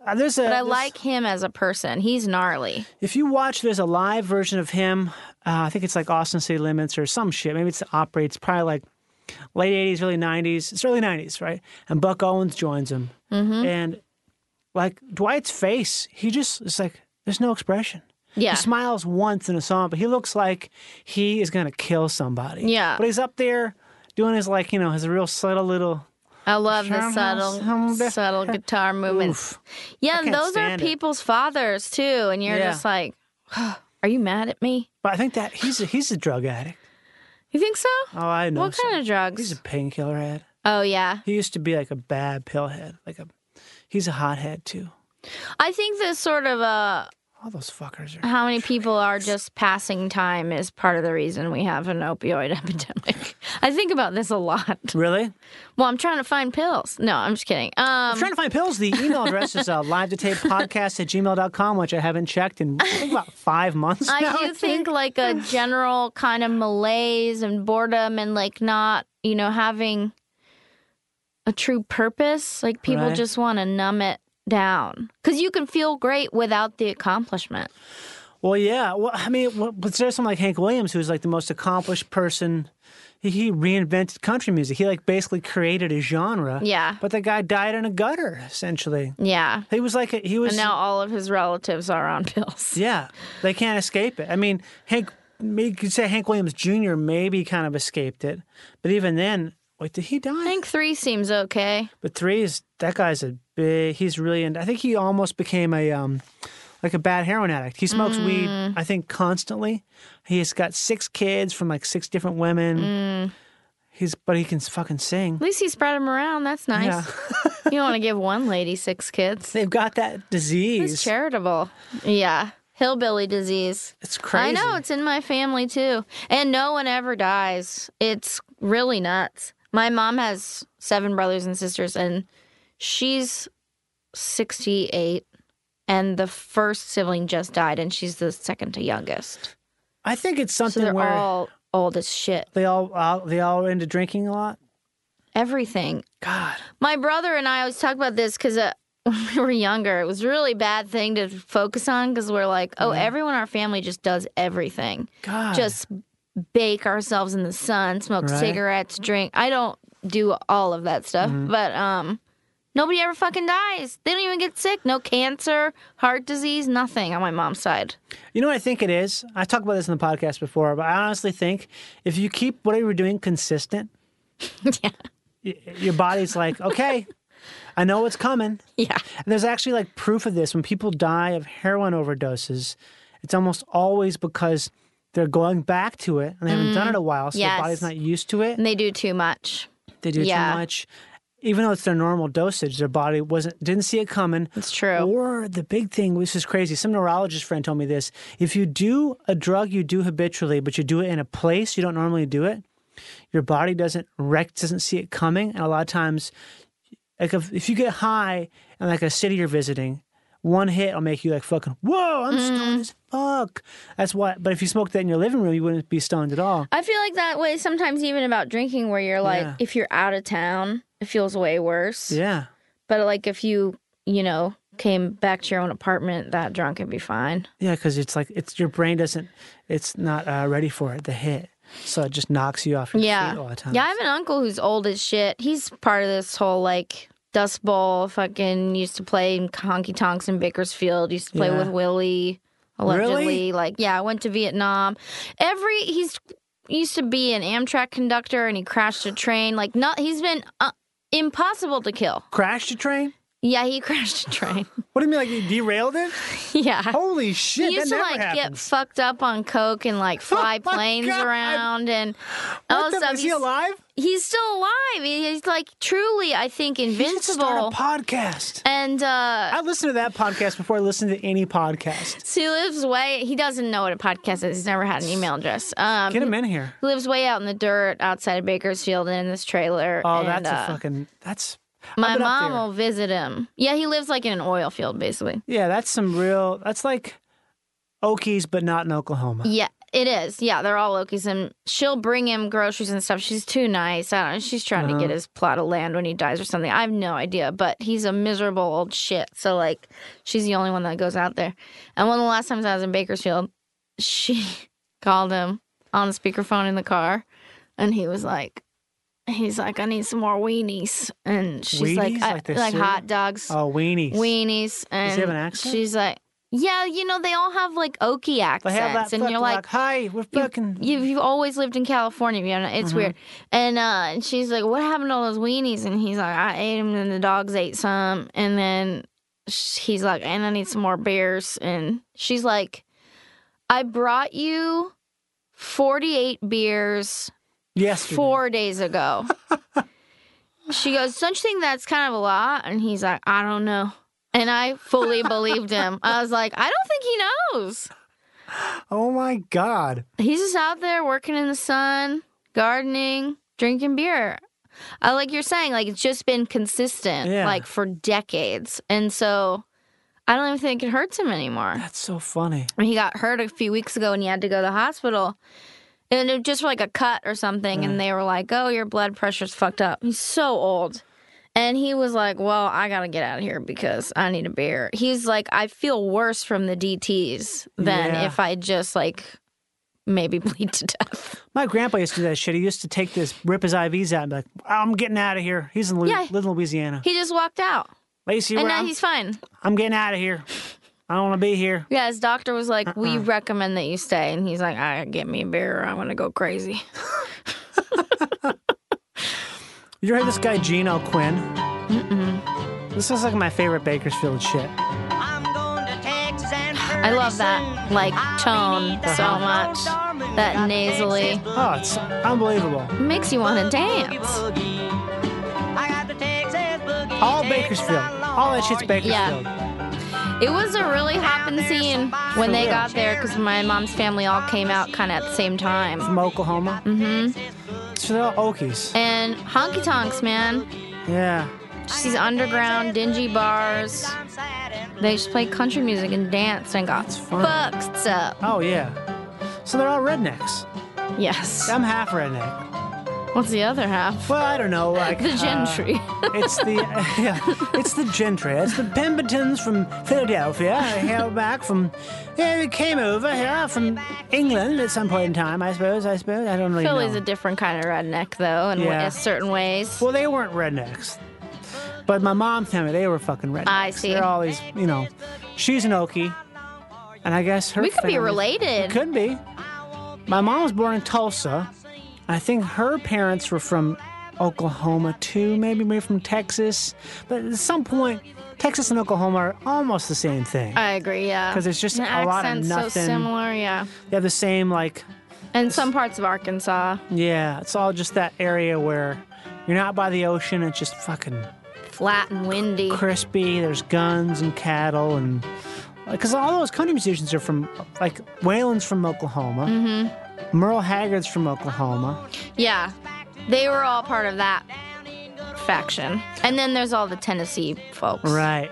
Speaker 3: Uh, there's a.
Speaker 4: but I
Speaker 3: there's-
Speaker 4: like him as a person. He's gnarly.
Speaker 3: If you watch, there's a live version of him. Uh, I think it's like Austin City Limits or some shit. Maybe it's the opera. It's probably like late 80s, early 90s. It's early 90s, right? And Buck Owens joins him.
Speaker 4: Mm-hmm.
Speaker 3: And like Dwight's face, he just is like, there's no expression.
Speaker 4: Yeah.
Speaker 3: He smiles once in a song, but he looks like he is going to kill somebody.
Speaker 4: Yeah.
Speaker 3: But he's up there doing his, like, you know, his real subtle little.
Speaker 4: I love
Speaker 3: Sure,
Speaker 4: his subtle,
Speaker 3: some bit-
Speaker 4: subtle guitar movements.
Speaker 3: Oof.
Speaker 4: Yeah,
Speaker 3: I can't
Speaker 4: those are
Speaker 3: stand it.
Speaker 4: people's fathers too, and you're
Speaker 3: Yeah.
Speaker 4: just like, are you mad at me?
Speaker 3: But I think that he's a, he's a drug addict.
Speaker 4: You think so?
Speaker 3: Oh, I know.
Speaker 4: what
Speaker 3: so.
Speaker 4: kind of
Speaker 3: He's
Speaker 4: drugs?
Speaker 3: a painkiller head.
Speaker 4: oh yeah,
Speaker 3: He used to be like a bad pillhead, like a he's a hothead too.
Speaker 4: I think this sort of uh,
Speaker 3: All those fuckers are.
Speaker 4: how many people are just passing time is part of the reason we have an opioid epidemic. I think about this a lot.
Speaker 3: Really?
Speaker 4: Well, I'm trying to find pills. No, I'm just kidding. Um,
Speaker 3: I'm trying to find pills. The email address is uh, live to tape podcast at gmail.com, which I haven't checked in I think, about five months
Speaker 4: I
Speaker 3: now.
Speaker 4: do think like a general kind of malaise and boredom and like not, you know, having a true purpose. Like people
Speaker 3: Right.
Speaker 4: just want to numb it down because you can feel great without the accomplishment.
Speaker 3: Well, yeah. Well, I mean, well, but there's someone like Hank Williams, who's like the most accomplished person. He, he reinvented country music. He like basically created a genre.
Speaker 4: Yeah.
Speaker 3: But the guy died in a gutter, essentially.
Speaker 4: Yeah.
Speaker 3: He was like a, he was
Speaker 4: And now all of his relatives are on pills.
Speaker 3: Yeah, they can't escape it. I mean, Hank, you could say Hank Williams Jr. maybe kind of escaped it, but even then, wait, did he die?
Speaker 4: I think three seems okay.
Speaker 3: But three is that guy's a big. He's really in. I think he almost became a um, like a bad heroin addict. He smokes
Speaker 4: Mm.
Speaker 3: weed. I think constantly. He's got six kids from like six different women.
Speaker 4: Mm.
Speaker 3: He's but he can fucking sing.
Speaker 4: At least he spread them around. That's nice.
Speaker 3: Yeah.
Speaker 4: you don't want to give one lady six kids.
Speaker 3: They've got that
Speaker 4: It's
Speaker 3: disease.
Speaker 4: charitable. Yeah. Hillbilly disease.
Speaker 3: It's crazy.
Speaker 4: I know. It's in my family too. And no one ever dies. It's really nuts. My mom has seven brothers and sisters, and she's 68. And the first sibling just died, and she's the second to youngest.
Speaker 3: I think it's
Speaker 4: So
Speaker 3: something
Speaker 4: they're
Speaker 3: where
Speaker 4: all old as shit.
Speaker 3: they all uh, they all into drinking a lot.
Speaker 4: Everything.
Speaker 3: God.
Speaker 4: My brother and I always talk about this because uh, when we were younger, it was a really bad thing to focus on because we're like, oh, everyone in our family just does everything.
Speaker 3: God.
Speaker 4: Just bake ourselves in the sun, smoke
Speaker 3: Right.
Speaker 4: cigarettes, drink. I don't do all of that stuff,
Speaker 3: Mm-hmm.
Speaker 4: but um, nobody ever fucking dies. They don't even get sick. No cancer, heart disease, nothing on my mom's side.
Speaker 3: You know what I think it is? I talked about this in the podcast before, but I honestly think if you keep what you were doing consistent, yeah. your body's like, okay, I know what's coming.
Speaker 4: Yeah.
Speaker 3: And there's actually like proof of this. When people die of heroin overdoses, it's almost always because they're going back to it and they haven't done it a while, so
Speaker 4: Mm. yes.
Speaker 3: their body's not used to it.
Speaker 4: And they do too much.
Speaker 3: They do
Speaker 4: Yeah.
Speaker 3: too much. even though it's their normal dosage, their body wasn't didn't see it coming.
Speaker 4: It's true.
Speaker 3: Or the big thing, which is crazy. Some neurologist friend told me this: if you do a drug you do habitually, but you do it in a place you don't normally do it, your body doesn't rec doesn't see it coming, and a lot of times, like if, if you get high in like a city you're visiting. One hit will make you like fucking whoa! I'm
Speaker 4: Mm.
Speaker 3: stoned as fuck. That's why. But if you smoked that in your living room, you wouldn't be stoned at all.
Speaker 4: I feel like that way sometimes, even about drinking, where you're like,
Speaker 3: Yeah.
Speaker 4: if you're out of town, it feels way worse.
Speaker 3: Yeah.
Speaker 4: But like if you, you know, came back to your own apartment that drunk, it'd be fine.
Speaker 3: Yeah, because it's like it's your brain doesn't, it's not uh, ready for it, the hit, so it just knocks you off your
Speaker 4: Yeah.
Speaker 3: feet all the time.
Speaker 4: Yeah, I have an uncle who's old as shit. He's part of this whole like Dust Bowl fucking used to play in honky tonks in Bakersfield, used to play
Speaker 3: Yeah.
Speaker 4: with Willie, allegedly.
Speaker 3: Really?
Speaker 4: Like, yeah, went to Vietnam. Every he's he used to be an Amtrak conductor and he crashed a train. Like, not he's been uh, impossible to kill.
Speaker 3: crashed a train.
Speaker 4: Yeah, he crashed a train.
Speaker 3: What do you mean, like you derailed it?
Speaker 4: yeah.
Speaker 3: Holy shit!
Speaker 4: He
Speaker 3: that
Speaker 4: used to
Speaker 3: never
Speaker 4: like get
Speaker 3: happens. Oh
Speaker 4: fucked up on coke and like fly
Speaker 3: my
Speaker 4: planes
Speaker 3: God.
Speaker 4: around and all
Speaker 3: what
Speaker 4: this
Speaker 3: the,
Speaker 4: stuff.
Speaker 3: is he
Speaker 4: He's-
Speaker 3: alive?
Speaker 4: He's still alive. He- He's like truly, I think,
Speaker 3: He should start
Speaker 4: invincible.
Speaker 3: a podcast.
Speaker 4: And uh,
Speaker 3: I listened to that podcast before I listened to any podcast.
Speaker 4: so he lives way. He doesn't know what a podcast is. He's never had an email address. Um,
Speaker 3: Get him in here.
Speaker 4: he lives way out in the dirt outside of Bakersfield in this trailer.
Speaker 3: Oh,
Speaker 4: and,
Speaker 3: that's
Speaker 4: uh,
Speaker 3: a fucking that's. I've
Speaker 4: My
Speaker 3: been up
Speaker 4: mom
Speaker 3: there.
Speaker 4: will visit him. Yeah, he lives like in an oil field, basically.
Speaker 3: Yeah, that's some real. That's like Okies, but not in Oklahoma.
Speaker 4: Yeah, it is. Yeah, they're all Loki's, and she'll bring him groceries and stuff. She's too nice. I don't know. She's trying to get
Speaker 3: Uh-huh.
Speaker 4: his plot of land when he dies or something. I have no idea, but he's a miserable old shit. So like, she's the only one that goes out there. And one of the last times I was in Bakersfield, she called him on the speakerphone in the car, and he was like. He's like, I need some more weenies, and she's
Speaker 3: Weenies?
Speaker 4: like, I-
Speaker 3: Like
Speaker 4: like,
Speaker 3: the cereal?
Speaker 4: hot dogs
Speaker 3: Oh, weenies.
Speaker 4: weenies and
Speaker 3: have an accent?
Speaker 4: she's like yeah you know they all have like oaky
Speaker 3: They
Speaker 4: accents
Speaker 3: have that
Speaker 4: and
Speaker 3: fucking
Speaker 4: you're like
Speaker 3: hi, we're fucking.
Speaker 4: you, you've always lived in california you know it's weird and uh and she's like what happened to all those weenies and he's like i ate them and the dogs ate some and then sh- he's like and i need some more beers and she's like i brought you 48 beers
Speaker 3: yesterday.
Speaker 4: four days ago. she goes, Don't you think that's kind of a lot? And he's like, I don't know. And I fully believed him. I was like, I don't think he knows.
Speaker 3: Oh my God.
Speaker 4: He's just out there working in the sun, gardening, drinking beer. I like you're saying, like it's just been consistent,
Speaker 3: Yeah.
Speaker 4: like for decades. And so I don't even think it hurts him anymore.
Speaker 3: That's so funny.
Speaker 4: when he got hurt a few weeks ago and he had to go to the hospital and it just like a cut or something and they were like oh your blood pressure's fucked up he's so old and he was like well i gotta get out of here because i need a beer he's like i feel worse from the dts than
Speaker 3: Yeah.
Speaker 4: if i just like maybe bleed to death
Speaker 3: My grandpa used to do that shit. He used to take this, rip his IVs out, and be like, "I'm getting out of here." He's in Lu-
Speaker 4: Yeah.
Speaker 3: Little Louisiana.
Speaker 4: he just walked out
Speaker 3: Lacey,
Speaker 4: and
Speaker 3: where
Speaker 4: now
Speaker 3: I'm,
Speaker 4: he's fine
Speaker 3: I'm getting out of here. I don't want to be here.
Speaker 4: yeah his doctor was like we recommend that you stay and he's like i get me a beer or i want to go crazy
Speaker 3: You heard this guy Gino Quinn? Mm-mm. This is like my favorite Bakersfield shit.
Speaker 7: I'm going to Texas and
Speaker 4: I love that like tone so much. That nasally
Speaker 3: Oh, it's unbelievable.
Speaker 4: makes you want to dance.
Speaker 3: All Bakersfield. All that shit's Bakersfield.
Speaker 4: It was a really hopping scene when they got there because my mom's family all came out kind of at the same time.
Speaker 3: From Oklahoma. Mm-hmm. So they're all Okies.
Speaker 4: And honky tonks, man.
Speaker 3: Yeah.
Speaker 4: Just these underground, dingy bars. They just play country music and dance and got
Speaker 3: fun.
Speaker 4: fucked up.
Speaker 3: Oh yeah. So they're all rednecks.
Speaker 4: Yes.
Speaker 3: I'm half redneck.
Speaker 4: What's the other half?
Speaker 3: Well, I don't know. Like
Speaker 4: The
Speaker 3: uh,
Speaker 4: gentry.
Speaker 3: It's the yeah, it's the gentry. It's the Pembertons from Philadelphia, held back from. Yeah, they came over here from England at some point in time. I suppose. I suppose. I don't really
Speaker 4: Philly's
Speaker 3: know.
Speaker 4: a different kind of redneck, though, in
Speaker 3: Yeah.
Speaker 4: wa- certain ways.
Speaker 3: well, they weren't rednecks, but my mom's family they were fucking rednecks.
Speaker 4: I see.
Speaker 3: They're always, you know, she's an Okie, and I guess her.
Speaker 4: We could be
Speaker 3: family-
Speaker 4: related.
Speaker 3: Could be. My mom was born in Tulsa. I think her parents were from Oklahoma too, maybe maybe from Texas. But at some point, Texas and Oklahoma are almost the same thing.
Speaker 4: I agree, yeah.
Speaker 3: 'Cause it's just
Speaker 4: the
Speaker 3: a lot of
Speaker 4: accent's so
Speaker 3: nothing.
Speaker 4: similar, yeah.
Speaker 3: They have the same like
Speaker 4: And some parts of Arkansas.
Speaker 3: yeah, it's all just that area where You're not by the ocean. It's just fucking
Speaker 4: Flat and windy.
Speaker 3: crispy. There's guns and cattle and because all those country musicians are from like Waylon's from Oklahoma. Merle Haggard's from Oklahoma.
Speaker 4: Yeah. They were all part of that faction. And then there's all the Tennessee folks.
Speaker 3: Right.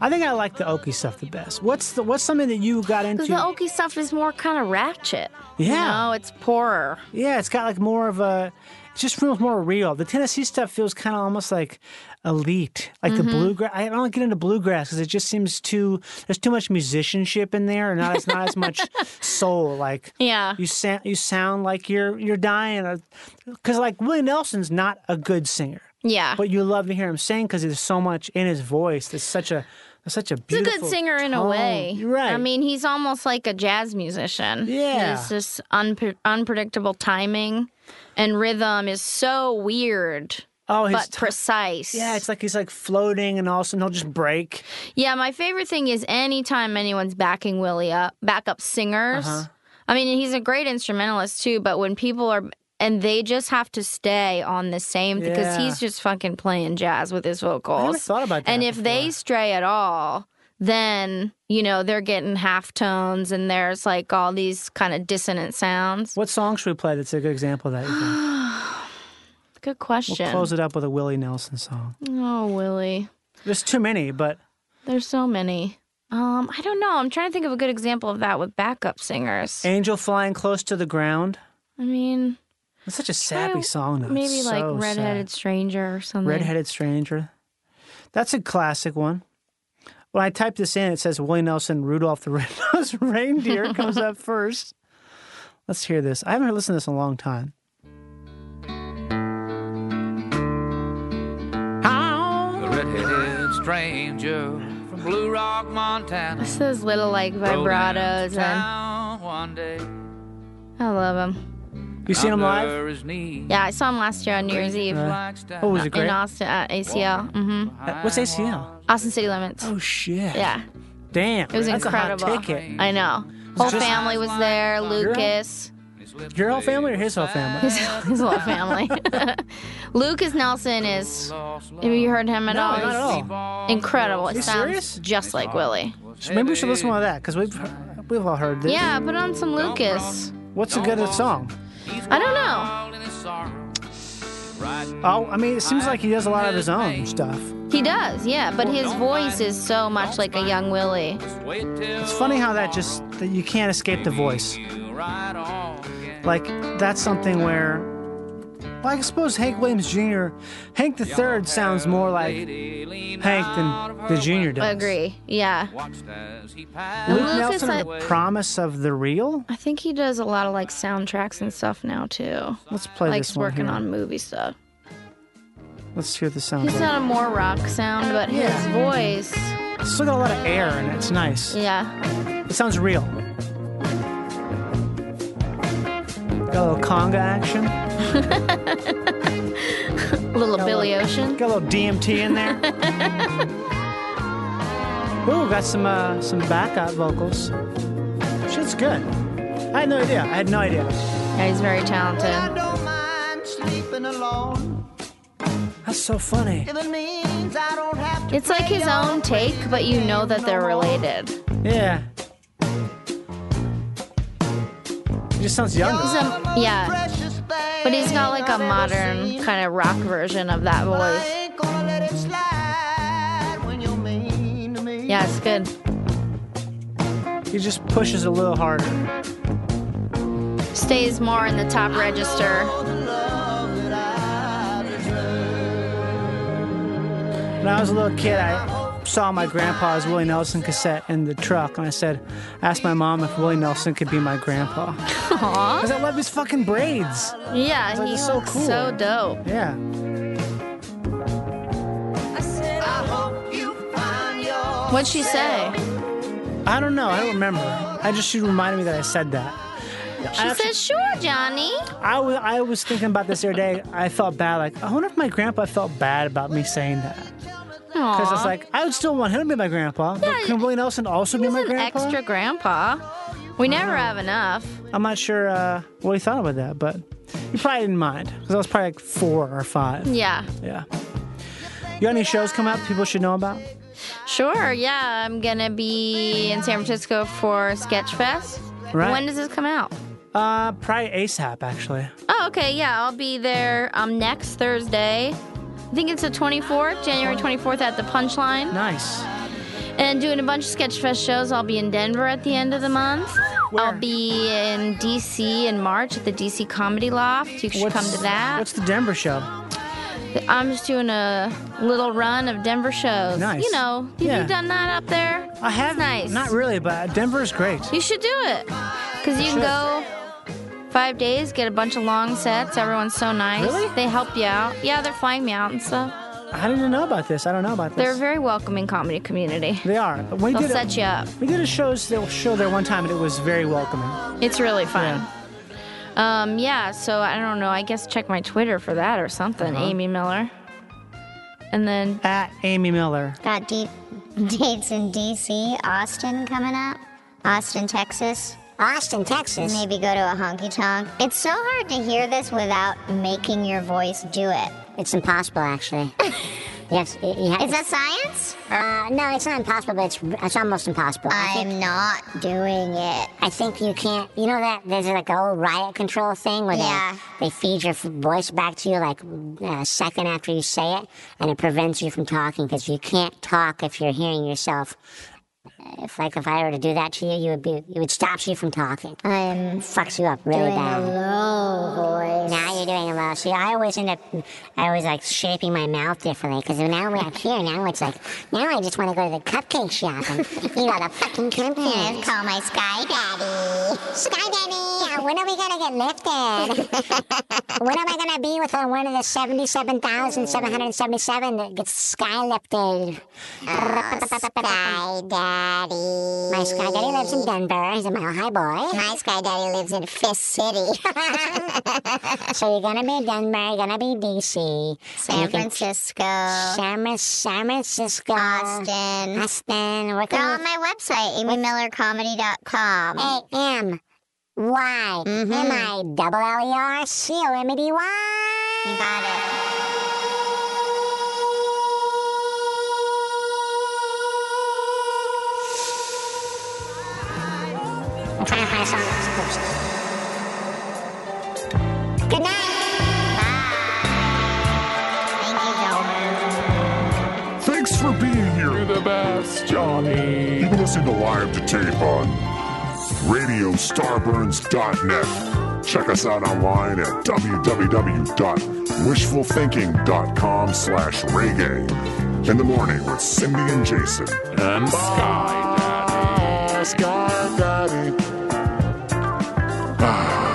Speaker 3: I think I like the Okie stuff the best. What's the what's something that you got into?
Speaker 4: Because the Okie stuff is more kind of ratchet.
Speaker 3: Yeah.
Speaker 4: You know, it's poorer.
Speaker 3: Yeah, it's got like more of a. It just feels more real. The Tennessee stuff feels kind of almost like elite, like the
Speaker 4: Mm-hmm.
Speaker 3: bluegrass. I don't get into bluegrass because it just seems too. There's too much musicianship in there, and not as not as much soul. Like
Speaker 4: Yeah.
Speaker 3: you sound you sound like you're you're dying, because like Willie Nelson's not a good singer,
Speaker 4: Yeah.
Speaker 3: but you love to hear him sing because there's so much in his voice. There's such a there's such a
Speaker 4: He's a
Speaker 3: beautiful
Speaker 4: good singer in a
Speaker 3: tone.
Speaker 4: way.
Speaker 3: You're right.
Speaker 4: I mean, he's almost like a jazz musician.
Speaker 3: Yeah.
Speaker 4: It's just unpre- unpredictable timing and rhythm is so weird.
Speaker 3: oh, his
Speaker 4: But
Speaker 3: t-
Speaker 4: precise.
Speaker 3: yeah, it's like he's like floating, and all of a sudden he'll just break.
Speaker 4: Yeah, my favorite thing is anytime anyone's backing Willie up, backup singers.
Speaker 3: Uh-huh.
Speaker 4: I mean, he's a great instrumentalist too, but when people are and they just have to stay on the same because
Speaker 3: Yeah.
Speaker 4: he's just fucking playing jazz with his vocals.
Speaker 3: thought about
Speaker 4: And
Speaker 3: that
Speaker 4: if they stray at all, then you know they're getting half tones and there's like all these kind of dissonant sounds.
Speaker 3: What song should we play that's a good example of that? You think?
Speaker 4: Good question.
Speaker 3: We'll close it up with a Willie Nelson song.
Speaker 4: Oh, Willie,
Speaker 3: There's too many, but
Speaker 4: there's so many. Um, I don't know. I'm trying to think of a good example of that with backup singers.
Speaker 3: Angel Flying Close to the Ground.
Speaker 4: I mean,
Speaker 3: It's such a sappy
Speaker 4: Well,
Speaker 3: song, though.
Speaker 4: Maybe
Speaker 3: It's
Speaker 4: like
Speaker 3: so
Speaker 4: redheaded
Speaker 3: sad.
Speaker 4: stranger or something.
Speaker 3: Redheaded Stranger. That's a classic one. When I type this in, it says Willie Nelson, Rudolph the Red-Nosed Reindeer comes up first. Let's hear this. I haven't listened to this in a long time.
Speaker 9: The redheaded stranger from Blue Rock, Montana.
Speaker 4: This is little like
Speaker 9: rode
Speaker 4: vibratos
Speaker 9: into
Speaker 4: and
Speaker 9: town One day,
Speaker 4: I love him.
Speaker 3: You seen him live?
Speaker 9: under his knee,
Speaker 4: Yeah, I saw him last year on New Year's Eve
Speaker 9: black stallion
Speaker 3: Oh, was it
Speaker 4: in
Speaker 3: great?
Speaker 4: Austin uh, at ACL. Mm-hmm.
Speaker 3: Uh, What's ACL?
Speaker 4: Austin City Limits.
Speaker 3: Oh shit!
Speaker 4: Yeah,
Speaker 3: damn.
Speaker 4: it was
Speaker 3: That's A
Speaker 4: incredible.
Speaker 3: hot ticket.
Speaker 4: I know. Whole
Speaker 3: Just-
Speaker 4: family was there. Lucas,
Speaker 9: his lips
Speaker 3: Your whole family or his whole family?
Speaker 4: his, his whole family. Lucas Nelson is.
Speaker 9: lost
Speaker 4: Have you heard him at
Speaker 3: No,
Speaker 4: all?
Speaker 3: not at all.
Speaker 4: He's Incredible. It
Speaker 3: You
Speaker 4: sounds
Speaker 3: serious?
Speaker 4: just like Willie.
Speaker 3: Maybe we should listen to one of that because we've we've all heard this.
Speaker 4: Yeah, put on some Lucas.
Speaker 3: What's a good song?
Speaker 4: I don't know.
Speaker 9: all in his sorrow.
Speaker 3: Oh, I mean, it seems like he does a lot of his own stuff.
Speaker 4: He does, yeah, but his voice is so much like a young Willie.
Speaker 9: Wait till
Speaker 3: It's funny how that just that you can't escape the voice.
Speaker 9: you ride off again.
Speaker 3: Like that's something where, well, I suppose Hank Williams Jr., Hank the Third sounds more like
Speaker 9: Lady leaned
Speaker 3: Hank
Speaker 9: out of
Speaker 3: than
Speaker 9: her
Speaker 3: the Junior does.
Speaker 4: Agree, yeah.
Speaker 9: Watched as he passed.
Speaker 3: Luke
Speaker 4: Lucas,
Speaker 3: Nelson,
Speaker 4: I-
Speaker 3: the promise of the real.
Speaker 4: I think he does a lot of like soundtracks and stuff now too.
Speaker 3: Let's play
Speaker 4: Likes
Speaker 3: this one
Speaker 4: working
Speaker 3: here.
Speaker 4: on movie stuff.
Speaker 3: Let's hear the sound.
Speaker 4: He's
Speaker 3: of it.
Speaker 4: not a more rock sound, but his
Speaker 3: Yeah.
Speaker 4: voice,
Speaker 3: It's still got a lot of air and it. it's nice.
Speaker 4: yeah.
Speaker 3: It sounds real. Got a little conga action. Got
Speaker 4: Little Billy Ocean.
Speaker 3: a little DMT in there. Ooh, got some uh, some backup vocals. Shit's good. I had no idea. I had no idea.
Speaker 4: Yeah, he's very
Speaker 5: I
Speaker 4: talented.
Speaker 5: don't mind sleeping alone.
Speaker 3: That's so funny.
Speaker 5: If it means I don't have to.
Speaker 4: It's like his own take, but you know that they're related.
Speaker 3: Yeah. He just sounds younger.
Speaker 4: He's a, yeah,
Speaker 5: Precious thing.
Speaker 4: but he's got like a modern kind of rock version of that
Speaker 5: I
Speaker 4: voice.
Speaker 5: ain't gonna let it slide when you're mean to me.
Speaker 4: Yeah, it's good.
Speaker 3: He just pushes a little harder.
Speaker 4: Stays more in the top register.
Speaker 3: When I was a little kid, I saw my grandpa's Willie Nelson cassette in the truck, and I said, asked my mom if Willie Nelson could be my grandpa.
Speaker 4: Aw.
Speaker 3: Because I love his fucking braids.
Speaker 4: Yeah,
Speaker 3: like,
Speaker 4: he
Speaker 3: it's
Speaker 4: looks
Speaker 3: so
Speaker 4: so,
Speaker 3: cool.
Speaker 4: dope.
Speaker 3: Yeah.
Speaker 4: What'd she say?
Speaker 3: I don't know. I don't remember. I just, she reminded me that I said that.
Speaker 4: She
Speaker 3: I actually-
Speaker 4: said, "Sure, Johnny."
Speaker 3: I was I was thinking about this the other day. I felt bad. Like I wonder if my grandpa felt bad about me saying that because it's like I would still want him to be my grandpa. but
Speaker 4: Yeah,
Speaker 3: can Willie Nelson also be
Speaker 4: he's
Speaker 3: my
Speaker 4: an
Speaker 3: grandpa?
Speaker 4: extra grandpa. We never have enough.
Speaker 3: I'm not sure uh, what he thought about that, but you probably didn't mind because I was probably like four or five.
Speaker 4: Yeah.
Speaker 3: Yeah. You got any shows coming up people should know about?
Speaker 4: Sure. Yeah. I'm going to be in San Francisco for Sketchfest.
Speaker 3: Right.
Speaker 4: When does this come out?
Speaker 3: Uh, probably ASAP actually.
Speaker 4: Oh, okay. Yeah. I'll be there um, next Thursday. I think it's the 24th, January 24th at the Punchline.
Speaker 3: Nice.
Speaker 4: and doing a bunch of Sketchfest shows. I'll be in Denver at the end of the month.
Speaker 3: Where?
Speaker 4: I'll be in DC in March at the DC Comedy Loft. You should come to
Speaker 3: What's
Speaker 4: that.
Speaker 3: the Denver show?
Speaker 4: I'm just doing a little run of Denver shows.
Speaker 3: Nice.
Speaker 4: You know, have
Speaker 3: Yeah.
Speaker 4: you done that up there?
Speaker 3: I have
Speaker 4: It's nice.
Speaker 3: Not really, but Denver's great.
Speaker 4: You should do it because you
Speaker 3: should.
Speaker 4: can go five days, get a bunch of long sets. Everyone's so nice.
Speaker 3: Really?
Speaker 4: They help you out. Yeah, they're flying me out and stuff.
Speaker 3: I didn't know about this. I don't know about this.
Speaker 4: They're a very welcoming comedy community.
Speaker 3: They are. We
Speaker 4: They'll
Speaker 3: did
Speaker 4: set
Speaker 3: a,
Speaker 4: you up.
Speaker 3: we did a shows that show there one time and it was very welcoming.
Speaker 4: It's really fun. Yeah. Um, yeah, so I don't know. I guess check my Twitter for that or something,
Speaker 3: Uh-huh.
Speaker 4: Amy Miller. And then,
Speaker 3: At Amy Miller.
Speaker 10: Got deep dates in DC, Austin coming up, Austin, Texas.
Speaker 5: Austin, Texas.
Speaker 10: Maybe go to a honky tonk. It's so hard to hear this without making your voice do it.
Speaker 5: It's impossible, actually. yes, y- you ha-
Speaker 10: Is that science?
Speaker 5: uh, no, it's not impossible, but it's, it's almost impossible. I think,
Speaker 10: I'm not doing it.
Speaker 5: I think you can't. You know that there's like a whole riot control thing where
Speaker 10: Yeah.
Speaker 5: they, they feed your f- voice back to you like a second after you say it, and it prevents you from talking because you can't talk if you're hearing yourself. If like if I were to do that to you, you would be it would stop you from talking.
Speaker 10: I'm
Speaker 5: Fucks you up really
Speaker 10: doing
Speaker 5: bad.
Speaker 10: a low voice.
Speaker 5: Now you're doing a low. See, I always end up, I always like shaping my mouth differently because now we're up here. Now it's like, now I just want to go to the cupcake shop and you know the fucking
Speaker 10: I'll
Speaker 5: cupcakes.
Speaker 10: call my sky daddy.
Speaker 5: Sky Daddy, when are we gonna get lifted? when am I gonna be with uh, one of the seventy-seven thousand seven hundred seventy-seven that gets sky lifted?
Speaker 10: Oh, Sky daddy.
Speaker 5: My Sky Daddy lives in Denver. He's a mile high boy.
Speaker 10: My sky daddy lives in Fist City,
Speaker 5: So you're gonna be Denver. You're gonna be DC. and
Speaker 10: San
Speaker 5: you can-
Speaker 10: Francisco,
Speaker 4: Uh.
Speaker 5: San Fran- San Francisco.
Speaker 10: Austin.
Speaker 5: Austin, we're
Speaker 10: They're on
Speaker 5: going
Speaker 10: my website, amymillercomedy.com.
Speaker 5: A M Y
Speaker 10: Mm-hmm.
Speaker 5: M I double L E R C O M E D Y.
Speaker 10: You got it.
Speaker 5: I'm trying to find a song that's close.
Speaker 10: Good night. Bye.
Speaker 6: Thanks for being here.
Speaker 8: You're the best, Johnny.
Speaker 6: You can listen to live to tape on radiostarburns.net. Check us out online at www.wishfulthinking.com slash reggae. In the morning with Cindy and Jason.
Speaker 8: And Sky Daddy.
Speaker 6: Sky Daddy. Ah.